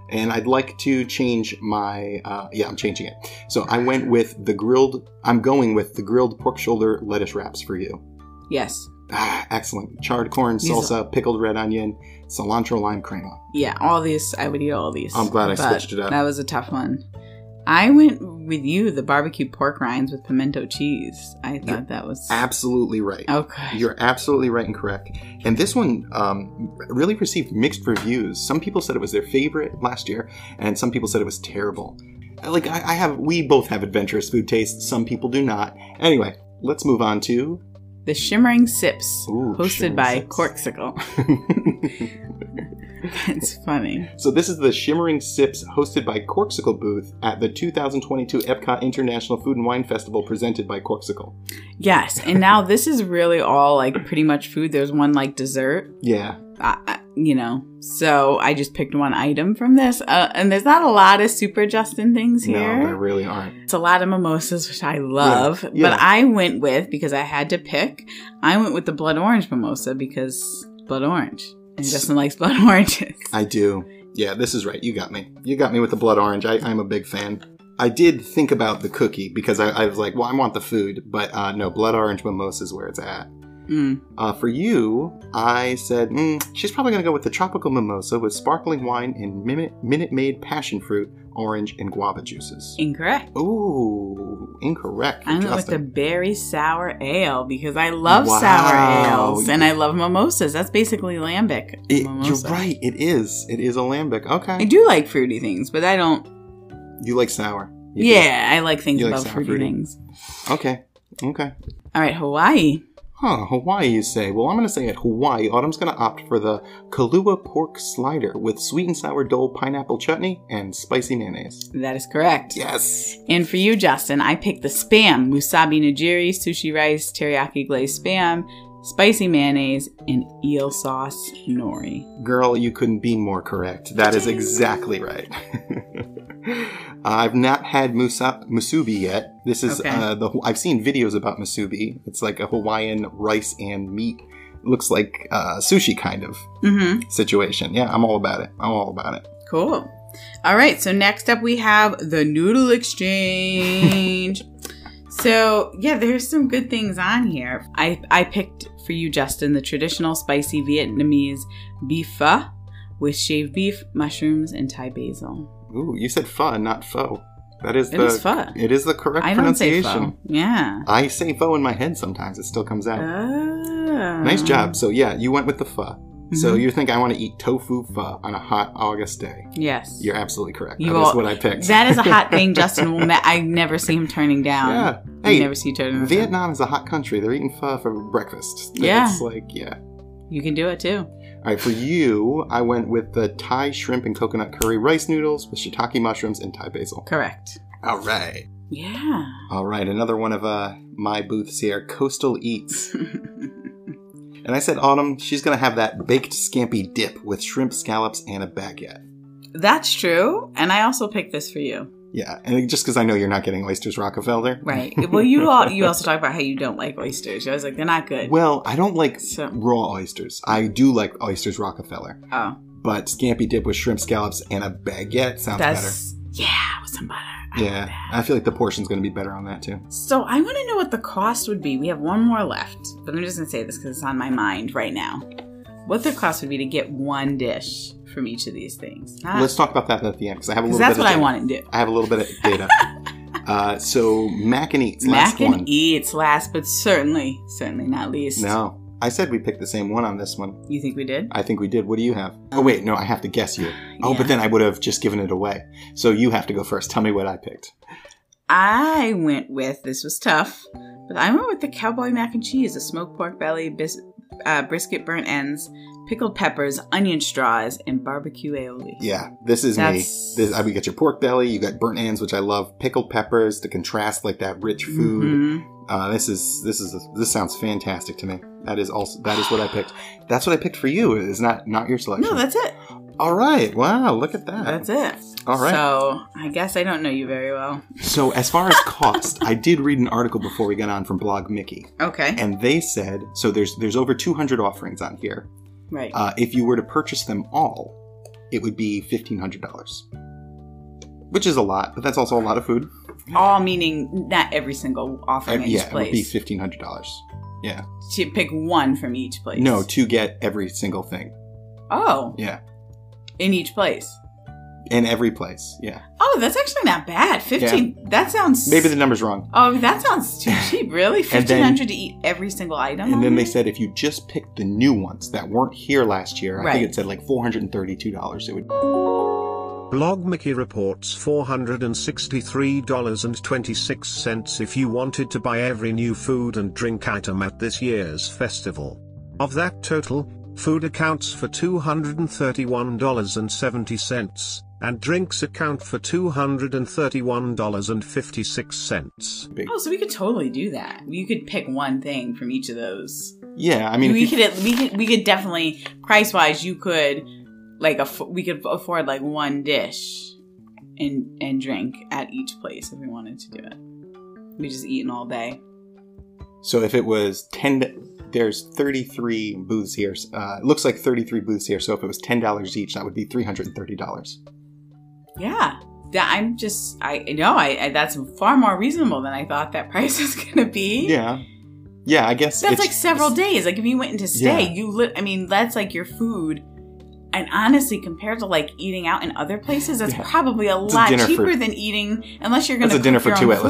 S2: and I'd like to change my. Uh, yeah, I'm changing it. So I went with the grilled. I'm going with the grilled pork shoulder lettuce wraps for you.
S1: yes.
S2: Ah, excellent. Charred corn,
S1: These
S2: salsa, pickled red onion, cilantro, lime, crema.
S1: Yeah, all these. I would eat all these.
S2: I'm glad I
S1: but
S2: switched it up.
S1: That was a tough one. I went with you the barbecue pork rinds with pimento cheese. I thought that was
S2: Absolutely right.
S1: okay.
S2: You're absolutely right and correct. And this one um, really received mixed reviews. Some people said it was their favorite last year, and some people said it was terrible. Like I, I have, we both have adventurous food tastes. Some people do not. Anyway, let's move on to. [laughs]
S1: The Shimmering Sips,
S2: Ooh,
S1: hosted
S2: Shimmering
S1: by
S2: Sips.
S1: Corksicle. [laughs] That's funny.
S2: so this is the Shimmering Sips, hosted by Corksicle Booth at the 2022 Epcot International Food and Wine Festival, presented by Corksicle.
S1: Yes, and now this is really all like pretty much food. There's one like dessert,
S2: Yeah,
S1: I, I, you know. So I just picked one item from this, uh, and there's not a lot of super Justin things
S2: no, there
S1: here.
S2: really aren't.
S1: it's a lot of mimosas, which I love.
S2: yeah.
S1: But I went with because I had to pick. I went with the blood orange mimosa because blood orange, and Justin likes blood [laughs] oranges.
S2: I do. Yeah, this is right. You got me. You got me with the blood orange. I, I'm a big fan. I did think about the cookie because I, I was like, well, I want the food, but uh, no, blood orange mimosa is where it's at.
S1: Mm.
S2: Uh, for you, I said mm, she's probably going to go with the tropical mimosa with sparkling wine and minute, minute made passion fruit, orange, and guava juices.
S1: Incorrect.
S2: Ooh, incorrect. for
S1: I went with the
S2: Justin.
S1: berry sour ale because I love
S2: Wow.
S1: sour ales and I love mimosas. That's basically lambic.
S2: It-
S1: mimosa.
S2: you're right. It is. It is a lambic. Okay.
S1: I do like fruity things, but I don't.
S2: You like sour. You do.
S1: yeah, I like things
S2: You like
S1: above
S2: sour
S1: fruity,
S2: fruity.
S1: things.
S2: Okay. Okay.
S1: All right, Hawaii.
S2: Huh, Hawaii, you say? Well, I'm going to say at Hawaii, Autumn's going to opt for the Kahlua pork slider with sweet and sour dole pineapple chutney and spicy mayonnaise.
S1: That is correct.
S2: Yes!
S1: And for you, Justin, I picked the spam, wasabi nigiri, sushi rice, teriyaki glazed spam, spicy mayonnaise, and eel sauce nori.
S2: Girl, you couldn't be more correct. That is exactly right. [laughs] I've not had musa- musubi yet. This is
S1: Okay.
S2: uh, the I've seen videos about musubi. It's like a Hawaiian rice and meat. Looks like uh, sushi kind of
S1: Mm-hmm.
S2: situation. Yeah, I'm all about it. I'm all about it.
S1: Cool. All right, so next up we have the Noodle
S2: [laughs]
S1: Exchange. so, yeah, there's some good things on here. I, I picked for you, Justin, the traditional spicy Vietnamese beef pho with shaved beef, mushrooms, and Thai basil.
S2: Ooh, you said pho, not pho. That is
S1: It
S2: the
S1: is pho.
S2: it is the correct
S1: I don't say
S2: pronunciation.
S1: pho. Yeah.
S2: I say pho in my head sometimes. It still comes out.
S1: Oh.
S2: nice job. So yeah, you went with the pho. So
S1: Mhm.
S2: you think I want to eat tofu pho on a hot August day?
S1: Yes.
S2: You're absolutely correct.
S1: You
S2: that is
S1: all-
S2: what I
S1: [laughs]
S2: picked.
S1: That is a
S2: [laughs]
S1: hot thing Justin will. Ne- I never see him turning down.
S2: yeah.
S1: I
S2: Hey,
S1: never see you turning down.
S2: Vietnam is a hot country. They're eating pho for breakfast.
S1: Yeah.
S2: It's like, yeah.
S1: You can do it too.
S2: All right, for you, I went with the Thai shrimp and coconut curry rice noodles with shiitake mushrooms and Thai basil.
S1: Correct.
S2: All right.
S1: Yeah.
S2: All right, another one of uh, my booths here Coastal
S1: [laughs]
S2: Eats. and I said, Autumn, she's going to have that baked scampi dip with shrimp scallops and a baguette.
S1: That's true. And I also picked this for you.
S2: Yeah, and just because I know you're not getting oysters, Rockefeller. [laughs]
S1: Right. Well, you all you also talk about how you don't like oysters. I was like, they're not good.
S2: Well, I don't like
S1: So-
S2: raw oysters. I do like oysters, Rockefeller.
S1: oh,
S2: but scampi dip with shrimp scallops and a baguette sounds
S1: that's yeah, with some butter.
S2: better. Yeah, I feel like the portion's going to be better on that too.
S1: So I want to know what the cost would be. We have one more left, but I'm just gonna say this because it's on my mind right now. What the cost would be to get one dish from each of these things? Not-
S2: Let's talk about that at the end because I have a
S1: 'cause
S2: little.
S1: Ah. that's
S2: bit
S1: what
S2: of
S1: I
S2: data.
S1: want to do.
S2: I have a little
S1: [laughs]
S2: bit of data. uh, so mac and eats.
S1: Mac
S2: last
S1: and
S2: one.
S1: eats last, but certainly, certainly not least.
S2: No, I said we picked the same one on this one.
S1: You think we did?
S2: I think we did. What do you have? Oh wait, no, I have to guess you. Oh,
S1: Yeah.
S2: but then I would have just given it away. So you have to go first. Tell me what I picked.
S1: I went with this was tough, but I went with the cowboy mac and cheese, a smoked pork belly, bis- uh, brisket burnt ends, pickled peppers, onion straws, and barbecue aioli.
S2: Yeah, this is
S1: That's-
S2: me. This, I, we got your pork belly. You got burnt ends, which I love. Pickled peppers to contrast like that rich food.
S1: Mhm.
S2: Uh, this is this is this sounds fantastic to me. That is also that is what I picked. That's what I picked for you. It's not not your selection.
S1: No, that's it.
S2: All right. Wow. Look at that.
S1: That's it.
S2: All right.
S1: So I guess I don't know you very well.
S2: So as far as cost, I did read an article before we got on from Blog Mickey,
S1: Okay.
S2: and they said so. There's there's over 200 offerings on here.
S1: right.
S2: Uh, if you were to purchase them all, it would be fifteen hundred dollars, which is a lot, but that's also a lot of food.
S1: All meaning not every single offering
S2: Uh,
S1: at
S2: yeah,
S1: each
S2: it would be
S1: place.
S2: fifteen hundred dollars.
S1: to pick one from each place.
S2: No, to get every single thing.
S1: oh,
S2: Yeah,
S1: in each place.
S2: in every place. Yeah.
S1: Oh, that's actually not bad. Fifteen. That sounds
S2: Maybe the number's wrong.
S1: Oh, that sounds
S2: [laughs]
S1: too cheap. Really,
S2: And then-
S1: fifteen hundred to eat every single item. on
S2: And then they
S1: there?
S2: said if you just picked the new ones that weren't here last year, I
S1: Right.
S2: think it said like four hundred and thirty-two dollars. It would.
S3: Blog Mickey reports $463.26 if you wanted to buy every new food and drink item at this year's festival. Of that total, food accounts for $231.70, and drinks account for $231.56.
S2: Be.
S1: Oh, so we could totally do that. You could pick one thing from each of those.
S2: Yeah, I
S1: I mean,
S2: mean,
S1: we
S2: if you,
S1: could, at- we could, we could definitely price wise. You could like aff- we could afford like one dish and and drink at each place if we wanted to do it. We just eating all day.
S2: so if it was ten, there's thirty-three booths here. Uh, it looks like thirty-three booths here. So if it was ten dollars each, that would be three hundred and thirty dollars.
S1: Yeah, that I'm just I no I, I that's far more reasonable than I thought that [laughs] price was gonna be.
S2: Yeah, yeah. I guess
S1: That's
S2: it's-
S1: like several days. Like if you went into stay,
S2: Yeah.
S1: you lit. I mean, that's like your food. And honestly, compared to like eating out in other places, that's
S2: Yeah.
S1: probably a
S2: It's a
S1: lot
S2: dinner for-
S1: cheaper than eating unless you're going
S2: That's
S1: to
S2: a dinner for two at La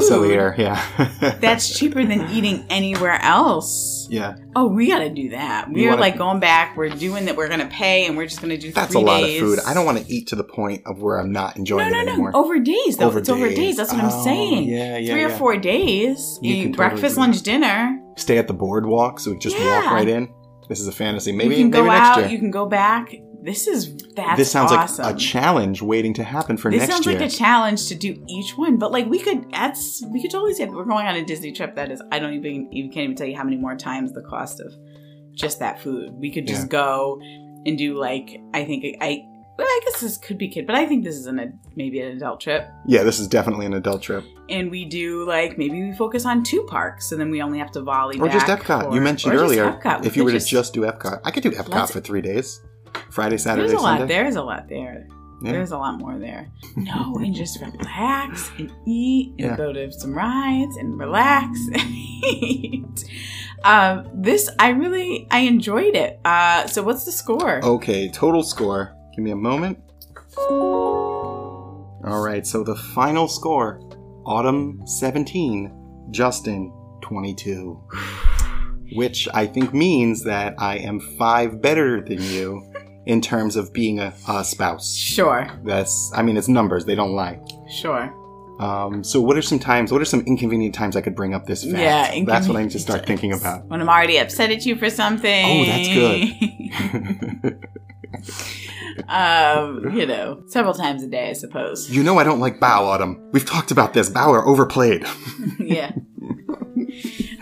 S1: [laughs]
S2: Cellier. Yeah,
S1: That's cheaper than eating anywhere else.
S2: [laughs] yeah.
S1: Oh, we got to do that.
S2: You
S1: We're
S2: wanna-
S1: like going back. We're doing that. We're going to pay, and we're just going to do.
S2: That's a
S1: three
S2: lot of
S1: days.
S2: food. I don't want to eat to the point of where I'm not enjoying
S1: No, no,
S2: it
S1: no.
S2: anymore.
S1: Over days, though.
S2: Over
S1: it's over
S2: days.
S1: days. That's what
S2: Oh,
S1: I'm saying.
S2: yeah, yeah,
S1: Three or
S2: yeah.
S1: four days.
S2: You
S1: You
S2: can
S1: eat
S2: totally
S1: breakfast,
S2: do
S1: lunch, dinner.
S2: Stay at the boardwalk so we just walk
S1: Yeah.
S2: right in. This is a fantasy. Maybe
S1: you can
S2: maybe
S1: go
S2: next
S1: out.
S2: year.
S1: You can go back. This is that's
S2: this sounds
S1: awesome.
S2: like a challenge waiting to happen for
S1: This
S2: next
S1: sounds
S2: year.
S1: like a challenge to do each one, but like we could that's we could totally say we're going on a Disney trip. That is, I don't even you can't even tell you how many more times the cost of just that food. We could just
S2: Yeah.
S1: go and do like I think I. Well, I guess this could be kid, but I think this is an ad- maybe an adult trip.
S2: yeah, this is definitely an adult trip.
S1: And we do like maybe we focus on two parks, and then we only have to volley
S2: Or just
S1: back
S2: Epcot.
S1: for-
S2: you mentioned
S1: or just
S2: earlier
S1: Epcot. We
S2: if you
S1: could
S2: were to just do Epcot. I could do Epcot
S1: Let's-
S2: for three days. Friday, Saturday,
S1: there's a
S2: Sunday.
S1: lot. There's a lot there.
S2: Yeah.
S1: There's a lot more
S2: [laughs]
S1: there. No, and just relax and eat and
S2: Yeah.
S1: go to some rides and relax [laughs] and eat. Um, this I really I enjoyed it. Uh, so
S2: Oh.
S1: what's the score?
S2: Okay, total score. Give me a moment. All right, so the final score Autumn 17, Justin 22. [sighs] Which I think means that I am five better than you in terms of being a, a spouse.
S1: Sure,
S2: That's, I mean, it's numbers, they don't lie.
S1: sure.
S2: Um, so, what are some times, what are some inconvenient times I could bring up this fact?
S1: Yeah,
S2: That's what I
S1: inconvenient
S2: need to start thinking about.
S1: When I'm already upset at you for something.
S2: Oh, that's
S1: good. [laughs]
S2: [laughs]
S1: um, you know, several times a day, I suppose.
S2: You know, I don't like Bow Autumn. We've talked about this. Bauer overplayed.
S1: yeah.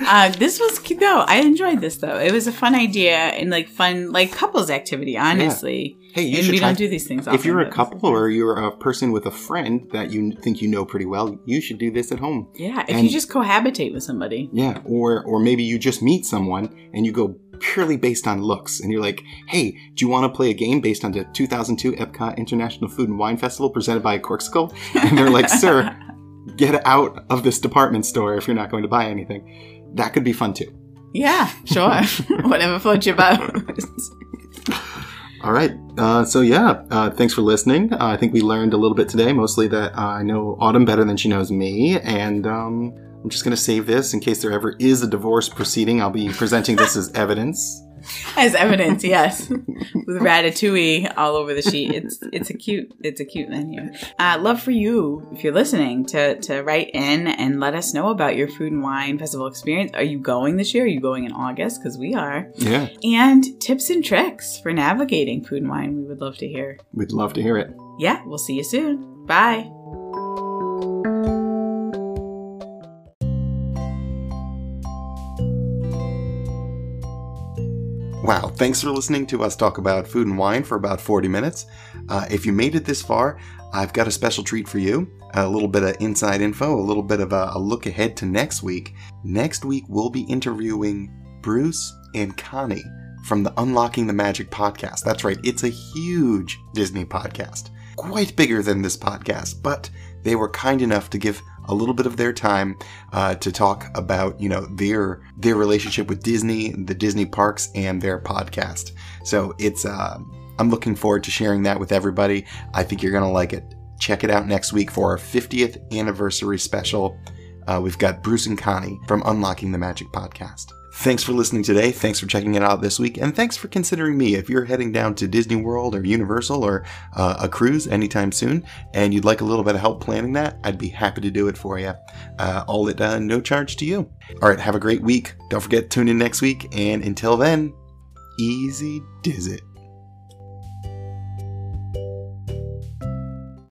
S1: Uh, this was cute though. I enjoyed this though. It was a fun idea and like fun like couples activity. Honestly,
S2: [laughs] Hey, you
S1: and
S2: should
S1: we
S2: try.
S1: don't do these things. Often,
S2: if you're a
S1: but-
S2: couple or you're a person with a friend that you think you know pretty well, you should do this at home.
S1: yeah, if
S2: and-
S1: you just cohabitate with somebody,
S2: Yeah, or or maybe you just meet someone and you go purely based on looks, and you're like, "Hey, do you want to play a game based on the 2002 Epcot International Food and Wine Festival presented by Corkskull?" And they're like, "Sir, get out of this department store if you're not going to buy anything." That could be fun too.
S1: yeah, sure, [laughs] whatever floats your boat. [laughs]
S2: All right. Uh, so yeah, uh, thanks for listening. Uh, I think we learned a little bit today, mostly that uh, I know Autumn better than she knows me, and um, I'm just gonna save this in case there ever is a divorce proceeding. I'll be presenting this as evidence.
S1: As evidence, yes, with ratatouille all over the sheet. It's it's a cute it's a cute menu. Uh, love for you if you're listening to to write in and let us know about your food and wine festival experience. Are you going this year? Are you going in August? Because we are.
S2: Yeah,
S1: And tips and tricks for navigating food and wine. We would love to hear.
S2: we'd love to hear it.
S1: Yeah, we'll see you soon. Bye.
S2: Wow, thanks for listening to us talk about food and wine for about 40 minutes. Uh, if you made it this far, I've got a special treat for you a little bit of inside info, a little bit of a, a look ahead to next week. Next week, we'll be interviewing Bruce and Connie from the Unlocking the Magic podcast. That's right, it's a huge Disney podcast, quite bigger than this podcast, but they were kind enough to give a little bit of their time uh, to talk about you know their their relationship with Disney, the Disney parks, and their podcast. So it's uh, I'm looking forward to sharing that with everybody. I think you're gonna like it. Check it out next week for our 50th anniversary special. Uh, we've got Bruce and Connie from Unlocking the Magic podcast. Thanks for listening today. Thanks for checking it out this week, and thanks for considering me. If you're heading down to Disney World or Universal or uh, a cruise anytime soon, and you'd like a little bit of help planning that, I'd be happy to do it for you uh, all at uh, no charge to you. All right, have a great week. Don't forget, tune in next week. And until then, easy diz it.